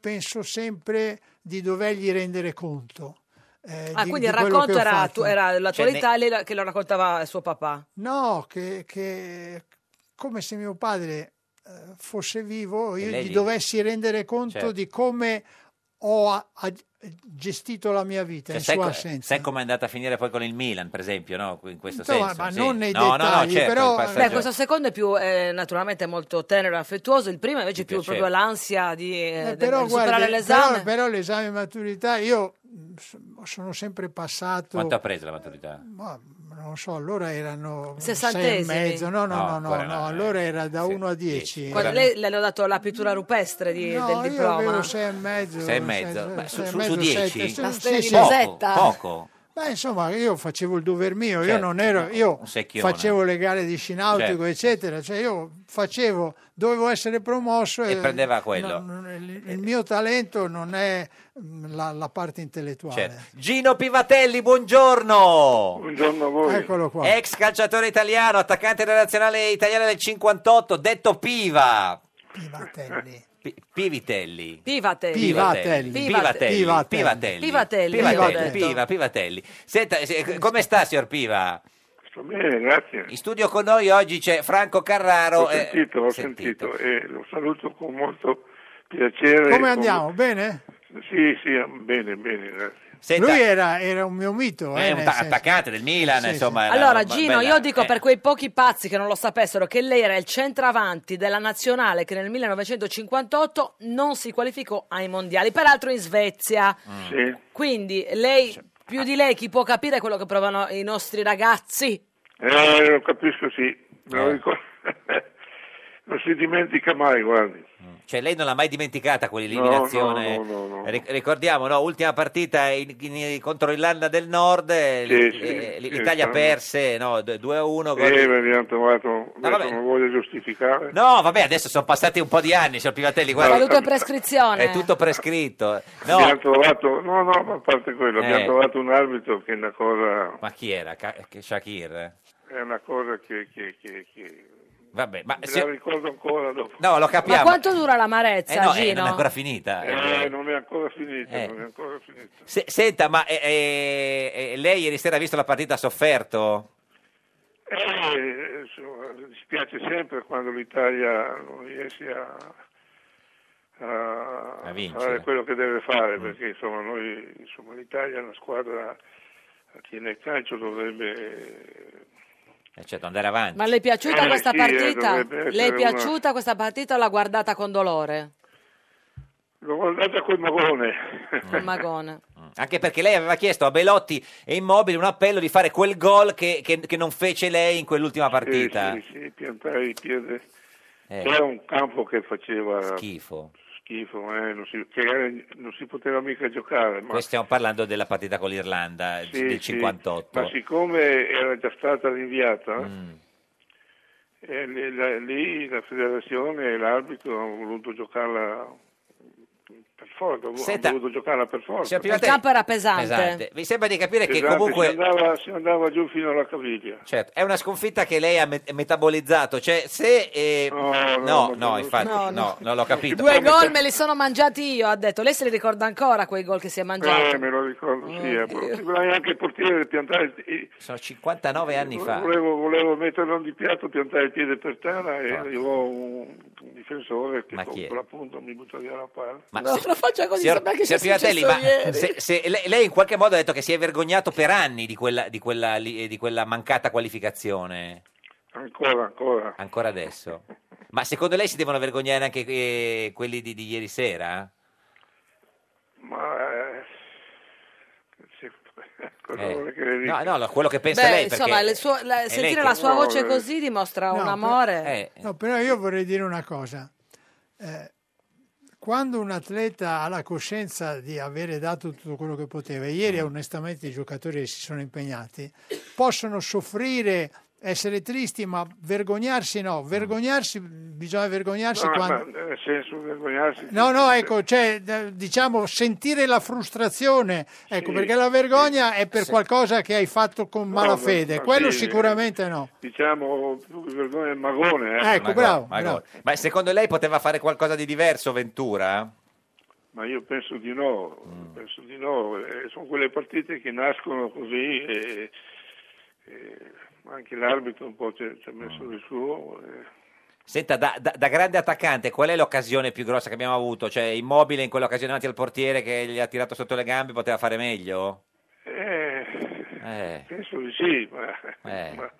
penso sempre di dovergli rendere conto. eh, Ah, di- di quindi il quello racconto che ho era, fatto. tu, era Cioè, l'attualità e lei la- che lo raccontava suo papà. No, che, che- come se mio padre eh, fosse vivo, io lei gli gli- dovessi rendere conto Certo. di come ho a- a- gestito la mia vita Cioè, in sai, sua co- assenza. sai come è andata a finire poi con il Milan, per esempio, no? in questo Insomma, senso? ma sì. non nei No, no, no, dettagli, certo, però- il passaggio- Beh, questo secondo è più eh, naturalmente molto tenero e affettuoso, il primo invece è più piaceva. proprio l'ansia di, eh, Eh, del- però, di guarda, superare l'esame. però- però l'esame di maturità io mh, so- sono sempre passato Quanto ha preso la maturità? ma non so allora erano sei e Sessantesimi. mezzo no no No, no no, ancora no, no, allora era da 1 a 10 Quando lei le hanno dato la pittura rupestre di- No, del io diploma. avevo sei e mezzo. Sei e mezzo? sei- Beh, sei su, e su, mezzo, sette, 10? sì, La sì, storia di sì. Rosetta. Poco? Beh, insomma, io facevo il dover mio, io Certo, non ero, io un secchione. facevo le gare di scinautico, Certo. eccetera, cioè io facevo, dovevo essere promosso E prendeva quello. no, no, il, il mio talento non è mm, la, la parte intellettuale. Certo. Gino Pivatelli, buongiorno! Buongiorno a voi. Eccolo qua. Ex calciatore italiano, attaccante della nazionale italiana del 58, detto Piva. Pi- Pivitelli. Pivatelli. Pivatelli. Pivatelli. Pivatelli. Pivatelli, avevo Pivatelli. detto. Piva, Pivatelli. Senta, se- come sta, signor Piva? Sto bene, grazie. In studio con noi oggi c'è Franco Carraro. L'ho eh, sentito, l'ho sentito. e lo saluto con molto Certo. piacere. Come Con- andiamo? Bene? Sì, sì, bene, bene, eh. grazie. Lui era, era un mio mito. È eh, un nel ta- senso- attaccante del Milan, Sì, sì. insomma. era una Allora, roba Gino, bella. io dico Eh, per quei pochi pazzi che non lo sapessero che lei era il centravanti della nazionale che nel 1958 non si qualificò ai mondiali, peraltro in Svezia. Ah. Sì, Quindi Cioè, lei, più di lei, chi può capire quello che provano i nostri ragazzi? Eh, lo capisco, sì. Me Eh. lo ricordo. [LAUGHS] non si dimentica mai, guardi. Cioè, lei non l'ha mai dimenticata No, quell'eliminazione? no, no, no, no. Ri- Ricordiamo, no? Ultima partita in- in- contro l'Irlanda del Nord, eh, Sì, l- sì, eh, sì, l'Italia stanno- perse no? 2-1. Eh, beh, abbiamo trovato, adesso vabbè. non voglio giustificare. No, vabbè, adesso sono passati un po' di anni, signor Pivatelli, È tutto guarda, eh, in prescrizione. è tutto prescritto. Abbiamo No, trovato, no, no, ma a parte quello, Eh. abbiamo trovato un arbitro che è una cosa, ma chi era? Ca- che- Shakir? è una cosa che, che, che, che- Vabbè, ma... me se- la ricordo ancora dopo. No, lo Ma capiamo. quanto dura l'amarezza, Eh no, eh, Gino? non è ancora finita. Eh, non è ancora finita, Eh. non è ancora finita. Se- senta, ma eh, eh, eh, lei ieri sera ha visto la partita ha sofferto? Eh, insomma, mi dispiace sempre quando l'Italia non riesce a, a- A vincere. Mm. fare quello che deve fare, perché insomma, noi, insomma, l'Italia è una squadra che nel calcio dovrebbe Eh, certo, andare avanti. Ma le è piaciuta Eh, questa sì, eh, partita? dovrebbe essere le è una- piaciuta questa partita o l'ha guardata [LAUGHS] con dolore? L'ho guardata col magone. Col magone. Mm, Anche perché lei aveva chiesto a Belotti e Immobile un appello di fare quel gol che, che- che non fece lei in quell'ultima partita. Sì, sì, sì, piantare il piede. Eh. Era un campo che faceva schifo, Schifo. eh, non, si, che era- non si poteva mica giocare. Ma, Poi stiamo parlando della partita con l'Irlanda sì, del sì, 58. ma siccome era già stata rinviata, Mm. eh, lì, la, lì la federazione e l'arbitro hanno voluto giocarla per forza. Senta, hanno voluto giocarla per forza. signor Pivatelli, Il campo era pesante. Pesante. Mi sembra di capire che Esatto, comunque si andava, si andava giù fino alla caviglia. certo, è una sconfitta che lei ha me- metabolizzato. Cioè, se... eh, No, no, no, no, infatti, no, no, no. non l'ho capito. Due gol me li sono mangiati io, ha detto. Lei se li ricorda ancora quei gol che si è mangiato? Eh, me lo ricordo, Mm. sì. eh, però ci voleva anche il portiere di piantare il- Sono 59 anni fa. Eh, Volevo, volevo metterlo di piatto, piantare il piede per terra e arrivò un, difensore che Ma chi è? con l'appunto mi butta via la palla. Ma No, se- non faccia così, signor- sembra che sia signor Pignatelli, successo ma ieri. se, se lei, lei in qualche modo ha detto che si è vergognato per anni di quella, di quella li- di quella mancata qualificazione. Ancora, ancora. Ancora adesso. Ma secondo lei si devono vergognare anche eh, quelli di, di ieri sera? Ma eh, sì, [LAUGHS] cosa Eh. vuole che le dica? No, no, no, quello che pensa Beh, lei. insomma, perché- le sue- la- è lei sentire che- Eh. la sua voce No, così dimostra No, un per- amore. No, però io vorrei dire una cosa. Eh, quando un atleta ha la coscienza di avere dato tutto quello che poteva, e ieri onestamente i giocatori che si sono impegnati, possono soffrire, essere tristi, ma vergognarsi no, vergognarsi bisogna vergognarsi No, quando... ma nel senso vergognarsi. No, no, ecco, cioè, d- diciamo sentire la frustrazione, ecco, perché la vergogna è per qualcosa che hai fatto con malafede, ma- ma quello sì. sicuramente no. Diciamo, più che vergogna è magone. eh. Ecco, bravo, Ma secondo lei poteva fare qualcosa di diverso Ventura? Ma io penso di no, Mm. penso di no. Eh, sono quelle partite che nascono così e, e anche l'arbitro un po' ci ha ci ha messo Mm. il suo. eh. Senta, da, da- da grande attaccante, qual è l'occasione più grossa che abbiamo avuto? Cioè, immobile in quell'occasione davanti al portiere che gli ha tirato sotto le gambe, poteva fare meglio? Eh, Eh, penso di sì, ma, Eh. ma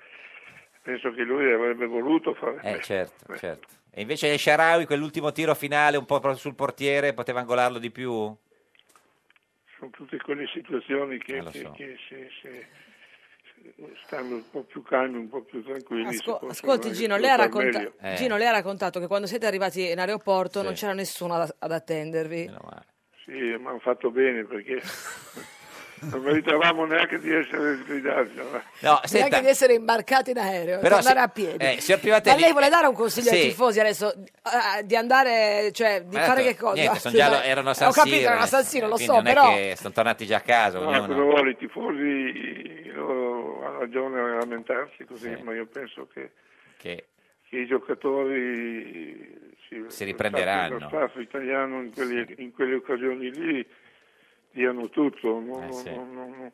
penso che lui avrebbe voluto fare. eh, certo, certo. E invece El Sharawi, quell'ultimo tiro finale un po' pro- sul portiere, poteva angolarlo di più? Sono tutte quelle situazioni che, Eh, lo che- so. che se, se- se stanno un po' più calmi, un po' più tranquilli. si Asco- possono ascolti anche Gino lei, ha portare racconta- Eh. meglio. Gino, lei ha raccontato che quando siete arrivati in aeroporto Sì. non c'era nessuno ad, ad attendervi. Sì, ma hanno fatto bene [LAUGHS] perché non meritavamo neanche di essere sgridati. no? No, Neanche senta, di essere imbarcati in aereo, Però di andare se- a piedi. eh, signor Pignatelli- Ma lei vuole dare un consiglio ai Sì. tifosi adesso? eh, Di andare, cioè, di Ma fare tanto- che cosa? Niente, sono già, erano a San Ho capito, Siro, erano a San eh, Siro, lo quindi so, non è però... che sono tornati già a casa, No, ognuno- cosa vuole, i tifosi loro hanno ragione a lamentarsi così, ma io penso che, che- che i giocatori si, Si riprenderanno. Lo staff italiano in, quelli- in quelle occasioni lì diano tutto, non, Eh, sì. non- non- non-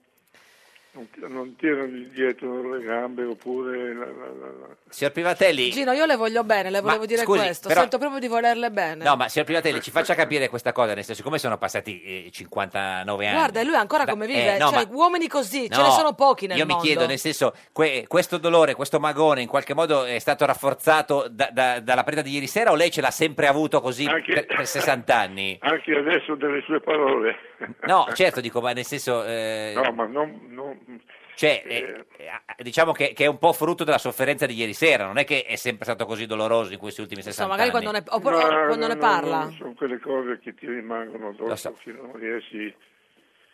non- non tirano dietro le gambe oppure... la- la- la- la- Signor Privatelli, Gino, io le voglio bene, le Ma, volevo dire scusi, questo. però- Sento proprio di volerle bene. no, ma signor Privatelli, ci faccia capire questa cosa, nel senso, siccome sono passati eh, 59 anni... Guarda, e lui ancora come vive, eh, no, cioè, ma- uomini così, ce No, ne sono pochi nel Io mi mondo. chiedo, nel senso, que- questo dolore, questo magone in qualche modo è stato rafforzato da- da- dalla partita di ieri sera o lei ce l'ha sempre avuto così per, per 60 anni? Anche adesso delle sue parole. No, certo, dico, ma nel senso... eh, No, ma non- non, Cioè, eh, eh, diciamo che, che è un po' frutto della sofferenza di ieri sera, non è che è sempre stato così doloroso in questi ultimi 60 magari anni. quando ne- oppure- Ma o- quando ne parla. sono quelle cose che ti rimangono addosso so. che non riesci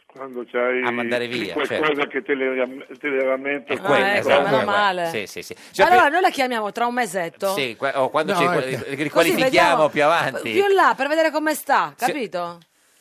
quando c'hai A mandare via, qualcosa certo. che te le, ram- te le rammenta. È quella, ecco, esatto, meno è quella. male. Sì, sì, sì. Signor Allora, noi la chiamiamo tra un mesetto. Pi- cioè, sì, qua- o quando No, ci ecco. ri- Così riqualifichiamo vediamo- più avanti. Più in là, per vedere come sta, Sì. capito?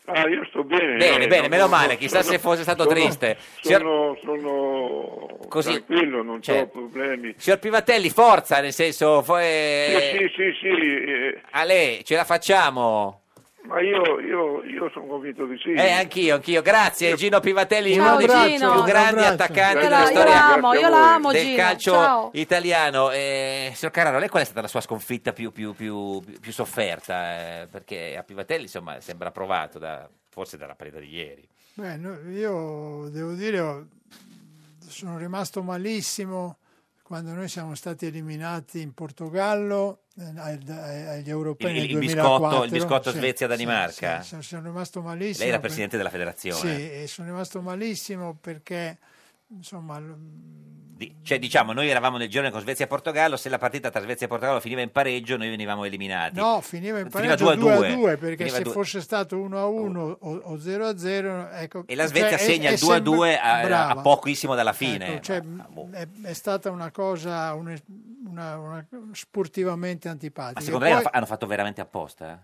Ah, io sto bene. Bene, eh, bene, no, meno no, male, no, chissà sono- se fosse stato sono- triste. Sono, sono Così. tranquillo, non ho Certo. problemi. Signor Privatelli, forza, nel senso, fo- Sì, eh, sì, sì, sì, eh, a lei, ce la facciamo. ma io, io, io sono convinto di sì. Eh, anch'io, anch'io. Grazie Gino Privatelli, uno Ciao, dei Gino. più grandi Un abbraccio. attaccanti Io la- della io storia la amo, io la amo, del Gino. calcio Ciao. italiano. Eh, signor Carraro, lei qual è stata la sua sconfitta più, più- più- più sofferta? Eh, perché a Privatelli, insomma, sembra provato, da- forse dalla partita di ieri. Beh, no, io devo dire, ho- sono rimasto malissimo quando noi siamo stati eliminati in Portogallo eh, ai- ai- agli europei Il, nel il 2004. biscotto, il biscotto Sì, Svezia-Danimarca. sì, sono rimasto malissimo. lei era per- presidente della federazione. Sì, e sono rimasto malissimo perché, insomma, l- Di- cioè, diciamo, noi eravamo nel giorno con Svezia e Portogallo. Se la partita tra Svezia e Portogallo finiva in pareggio, noi venivamo eliminati. no, finiva in Finiva due pareggio a 2 due. a 2 perché Finiva se due- fosse stato 1 a 1 o o 0 a 0, ecco. E la cioè, Svezia è- segna è il 2 a sempre- 2 a, Brava. a pochissimo dalla fine. boh. Ecco, cioè, è, è stata una cosa un- una- una- sportivamente antipatica. Ma secondo Poi, lei hanno fa- hanno fatto veramente apposta?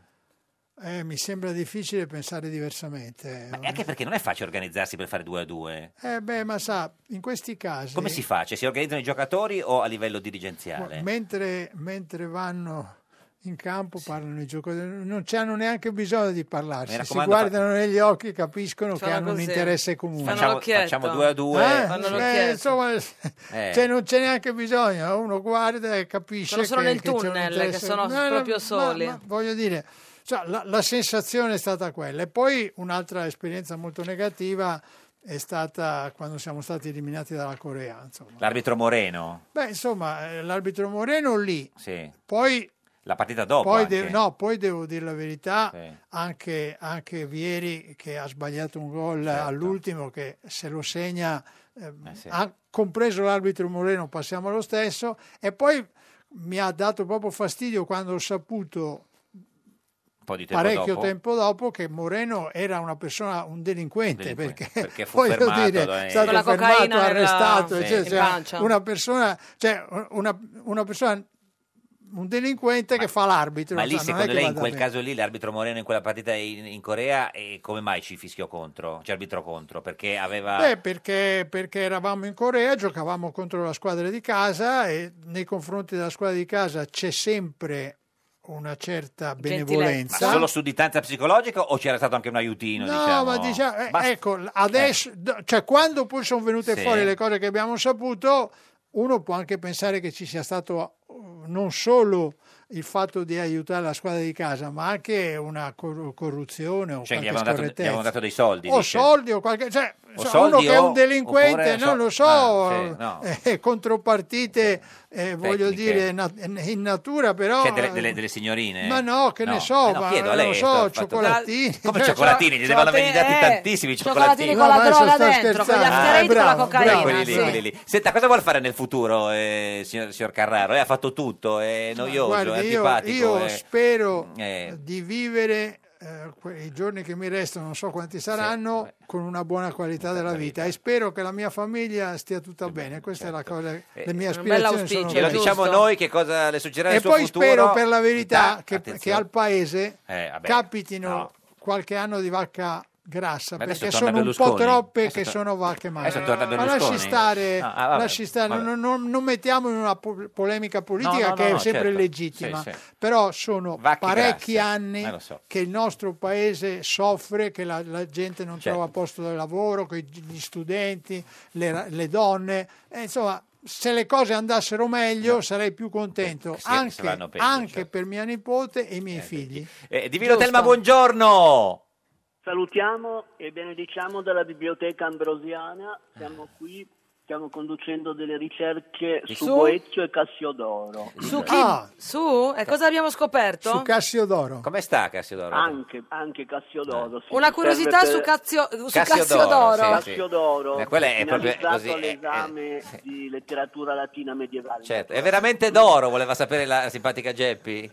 eh, mi sembra difficile pensare diversamente. Ma anche perché non è facile organizzarsi per fare 2 a 2. Eh, beh, ma sa, in questi casi, Come si fa? Cioè, si organizzano i giocatori o a livello mo- dirigenziale? mentre, mentre vanno in campo parlano i giocatori, non hanno neanche bisogno di Mi parlarsi, si raccomando, guardano negli occhi, capiscono Sono che hanno così. eh. un interesse comune. Facciamo- facciamo due a due. Eh, Fanno eh, l'occhietto. insomma, Eh. cioè, non c'è neanche bisogno, uno guarda e capisce. Sono solo che- nel che c'è un tunnel, che interesse- sono No, no, proprio ma- soli. ma voglio dire, cioè, la, la sensazione è stata quella. E poi un'altra esperienza molto negativa è stata quando siamo stati eliminati dalla Corea. Insomma. L'arbitro Moreno, Beh, insomma, eh, l'arbitro Moreno lì, sì. poi La partita dopo poi, anche. de- no, poi devo dire la verità, Sì. anche, anche Vieri che ha sbagliato un gol all'ultimo, che se lo segna, ehm, Certo. Eh, sì. ha compreso l'arbitro Moreno, passiamo allo stesso, e poi mi ha dato proprio fastidio quando ho saputo un po' di tempo parecchio dopo. tempo dopo che Moreno era una persona, un delinquente, Delinquente, perché, perché fu [LAUGHS] voglio fermato dire, dai- è stato Con la fermato, cocaina nella- arrestato, Sì. cioè, in cioè, pancia. una persona, cioè, una, una persona, un delinquente che fa l'arbitro. Ma lì, cioè, non è secondo che lei, in vada quel bene. caso lì, l'arbitro Moreno in quella partita in, in Corea, e come mai ci fischiò contro? Ci arbitrò contro? Perché aveva... Beh, perché, perché eravamo in Corea, giocavamo contro la squadra di casa e nei confronti della squadra di casa c'è sempre una certa Ma benevolenza. solo sudditanza psicologica o c'era stato anche un aiutino? No, diciamo? ma diciamo, eh, Basta- ecco, adesso, do- cioè quando poi sono venute Sì. fuori le cose che abbiamo saputo, uno può anche pensare che ci sia stato eh, non solo il fatto di aiutare la squadra di casa, ma anche una cor- corruzione o Cioè, gli qualche avevano, dato, gli scorrettezza. avevano dato dei soldi. o dice. soldi o qualche... Cioè, O so- soldi uno che è o- un delinquente, oppure so- non lo so, Ah, sì, no. [LAUGHS] eh, contropartite, eh, voglio Tecniche. dire, na- in natura, però... eh, Cioè, delle, delle- delle signorine? Ma no, che ne so, Eh, ma chiedo a non lo lei, so, sto- fatto- cioccolatini. Cioè, Come cioccolatini? Gli devono aver eh, dati tantissimi Ah, cioccolatini. con la adesso droga sto dentro, con gli scherzando. after eight, con la bravo, cocaina, bravo. quelli lì, sì. quelli lì. Senta, cosa vuol fare nel futuro, eh, signor, signor Carraro? Eh, ha fatto tutto, è noioso, è Guardi, io, antipatico. io eh. spero eh. di vivere eh, que- i giorni che mi restano, non so quanti saranno, con una buona qualità della vita e spero che la mia famiglia stia Eh tutta bene. Questa è la certo. cosa, le mie un bel aspirazioni sono Glielo queste. diciamo noi che cosa le succederà E nel suo poi futuro. spero per la verità che, attenzione. che al paese Eh, vabbè, capitino no. qualche anno di vacca grassa Ma adesso perché torna sono un Berlusconi. po' troppe Adesso che tor- sono vacche magre. adesso torna Ma Berlusconi. lasci stare, No, ah, vabbè, lasci stare, vabbè. Non, non- non mettiamo in una po- polemica politica No, no, che no, è no, sempre certo. legittima, Sì, sì. però sono Vacche parecchi grasse. Eh, anni lo so. che il nostro paese soffre, che la, la gente non Certo. trova posto di lavoro, che gli studenti, le, ra- le donne, Eh, insomma. Se le cose andassero meglio sarei più contento, se anche, vanno peggio, certo. anche per mia nipote e i miei figli. Eh, Divino Giusto. Telma, buongiorno! Salutiamo e benediciamo dalla Biblioteca Ambrosiana, siamo qui, stiamo conducendo delle ricerche su, Su? Boezio e Cassiodoro. Su chi? Ah. Su? E cosa abbiamo scoperto? Su Cassiodoro. Come sta Cassiodoro? Anche, anche Cassiodoro. sì, Una serve curiosità per- su, Cazio- su Cassiodoro, Cassiodoro. sì, sì. Cassiodoro, Eh, quella è proprio finalizzato così, eh, all'esame di letteratura latina medievale. Certo, è veramente d'oro, voleva sapere la simpatica Geppi.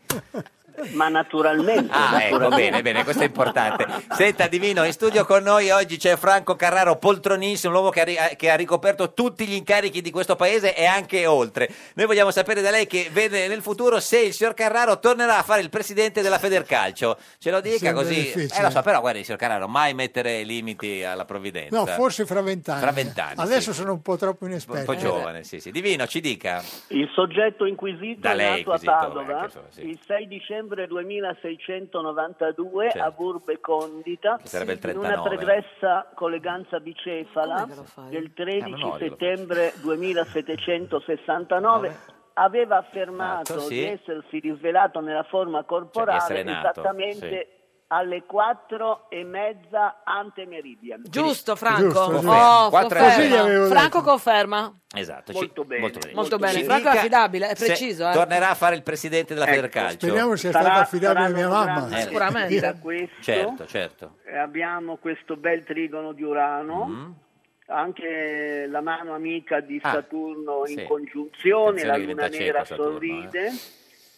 Ma naturalmente. Ah, ecco, naturalmente. bene, bene, questo è importante. Senta, Divino, in studio con noi oggi c'è Franco Carraro, poltronissimo, l'uomo che ha, ri- eh, che ha ricoperto tutti gli incarichi di questo paese e anche oltre. Noi vogliamo sapere da lei che vede nel futuro se il signor Carraro tornerà a fare il presidente della Federcalcio. Ce lo dica Sembra così. difficile. Eh, lo so, però guardi, signor Carraro, mai mettere limiti alla provvidenza. No, forse fra vent'anni. Fra vent'anni, Adesso sì. sono un po' troppo inesperto. Un po' giovane, sì, sì. Divino, ci dica. Il soggetto inquisito Da è lei, nato a inquisito, Padova anche so, sì. il 6 dicembre 2692 Certo. a Burbe Condita Che sarebbe il in una 39. pregressa colleganza bicefala Com'è che lo fai? del A 13 memoria lo settembre 2769 aveva affermato Nato, sì. Cioè, di essersi risvelato nella forma corporale essere nato, esattamente alle 4 e mezza ante meridian. Giusto, Franco. Giusto, giusto. Oh, Quattro conferma. anni. Così gli avevo detto. Franco conferma. Esatto, Molto bene, Molto bene. Ci Franco è dica affidabile, è se preciso, eh. Tornerà a fare il presidente della Federcalcio. Eh, Speriamo sia Ecco, Sarà- stato affidabile a saranno mia un mamma. grande Eh, sicuramente. da questo. Certo, certo. Eh, abbiamo questo bel trigono di Urano, anche la mano amica di Mm. Ah, Saturno in sì. congiunzione, Attenzione la che luna diventa nera cieco Saturno, eh. Mm. sorride.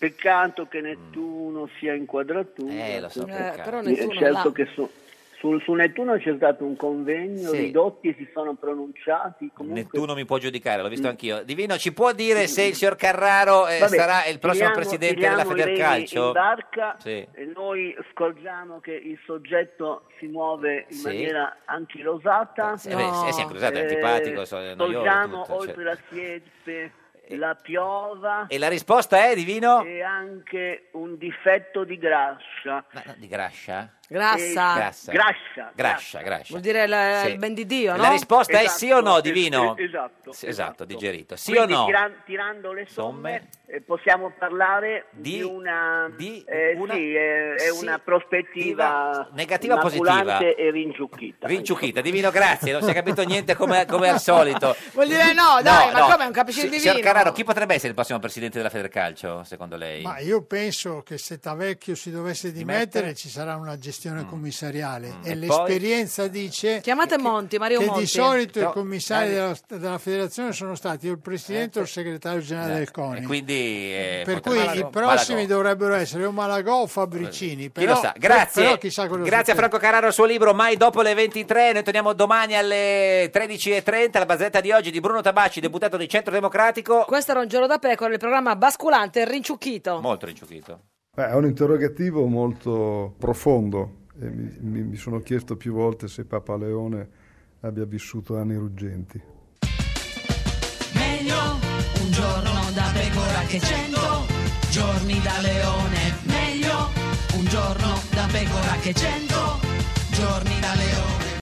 Peccato che Nettuno sia in quadratura. Eh, lo so, Eh, peccato. però Nettuno certo là. che su, su- su Nettuno c'è stato un convegno, Sì. i dotti si sono pronunciati. Comunque... Nettuno mi può giudicare, l'ho visto anch'io. Divino, ci può dire se il signor Carraro eh, Vabbè, sarà il prossimo tiriamo- presidente della tiriamo i remi Federcalcio? in barca Sì. e noi scorgiamo che il soggetto si muove in Sì. maniera anchilosata. Eh, eh beh, sì, sì, anchilosata, è antipatico, so- è noioso, Tolgiamo tutto, oltre la siepe la piova E la risposta è, Divino? e anche un difetto di grassa. Di Grascia? Grassa. Grassa. Eh, Grassa. Grascia, grascia. Vuol dire la- Sì. il ben di Dio, no? La risposta è Esatto, sì o no, es- Divino? es- esatto, Sì, esatto, digerito. Sì Quindi o no? tiran- tirando le somme, Somme. eh, possiamo parlare di, Di- una, di eh, una- sì, eh, è sì, una prospettiva negativa o positiva? maculante e ringiucchita. Rinciuchita, Divino, grazie, non si è capito niente [LAUGHS] come, come al solito. Vuol dire no, dai, ma come? Non capisci il Sì, divino? Signor Carraro, chi potrebbe essere il prossimo presidente della Federcalcio, secondo lei? Ma io penso che se Tavecchio si dovesse dimettere Dimettere? ci sarà una gestione commissariale e, Mm. E poi? l'esperienza dice Chiamate Monti, Mario che Monti. di solito No, i commissari eh, della, della federazione sono stati o il presidente o il segretario generale del Eh, E CONI. quindi... eh, potrebbe- Per cui Malagò. i prossimi Malagò. dovrebbero essere o Malagò o Fabricini. Chi Però, lo sa? Grazie. però chissà cosa Grazie a succede. Franco Carraro al suo libro Mai dopo le 23. Noi torniamo domani alle 13.30. La barzetta di oggi di Bruno Tabacci, deputato di Centro Democratico. Questo era un giorno da pecora, il programma basculante e rinciucchito. Molto rinciuchito. Beh, è un interrogativo molto profondo e mi, mi- mi sono chiesto più volte se Papa Leone abbia vissuto anni ruggenti. Meglio un giorno da pecora che cento giorni da leone. Meglio un giorno da pecora che cento giorni da leone.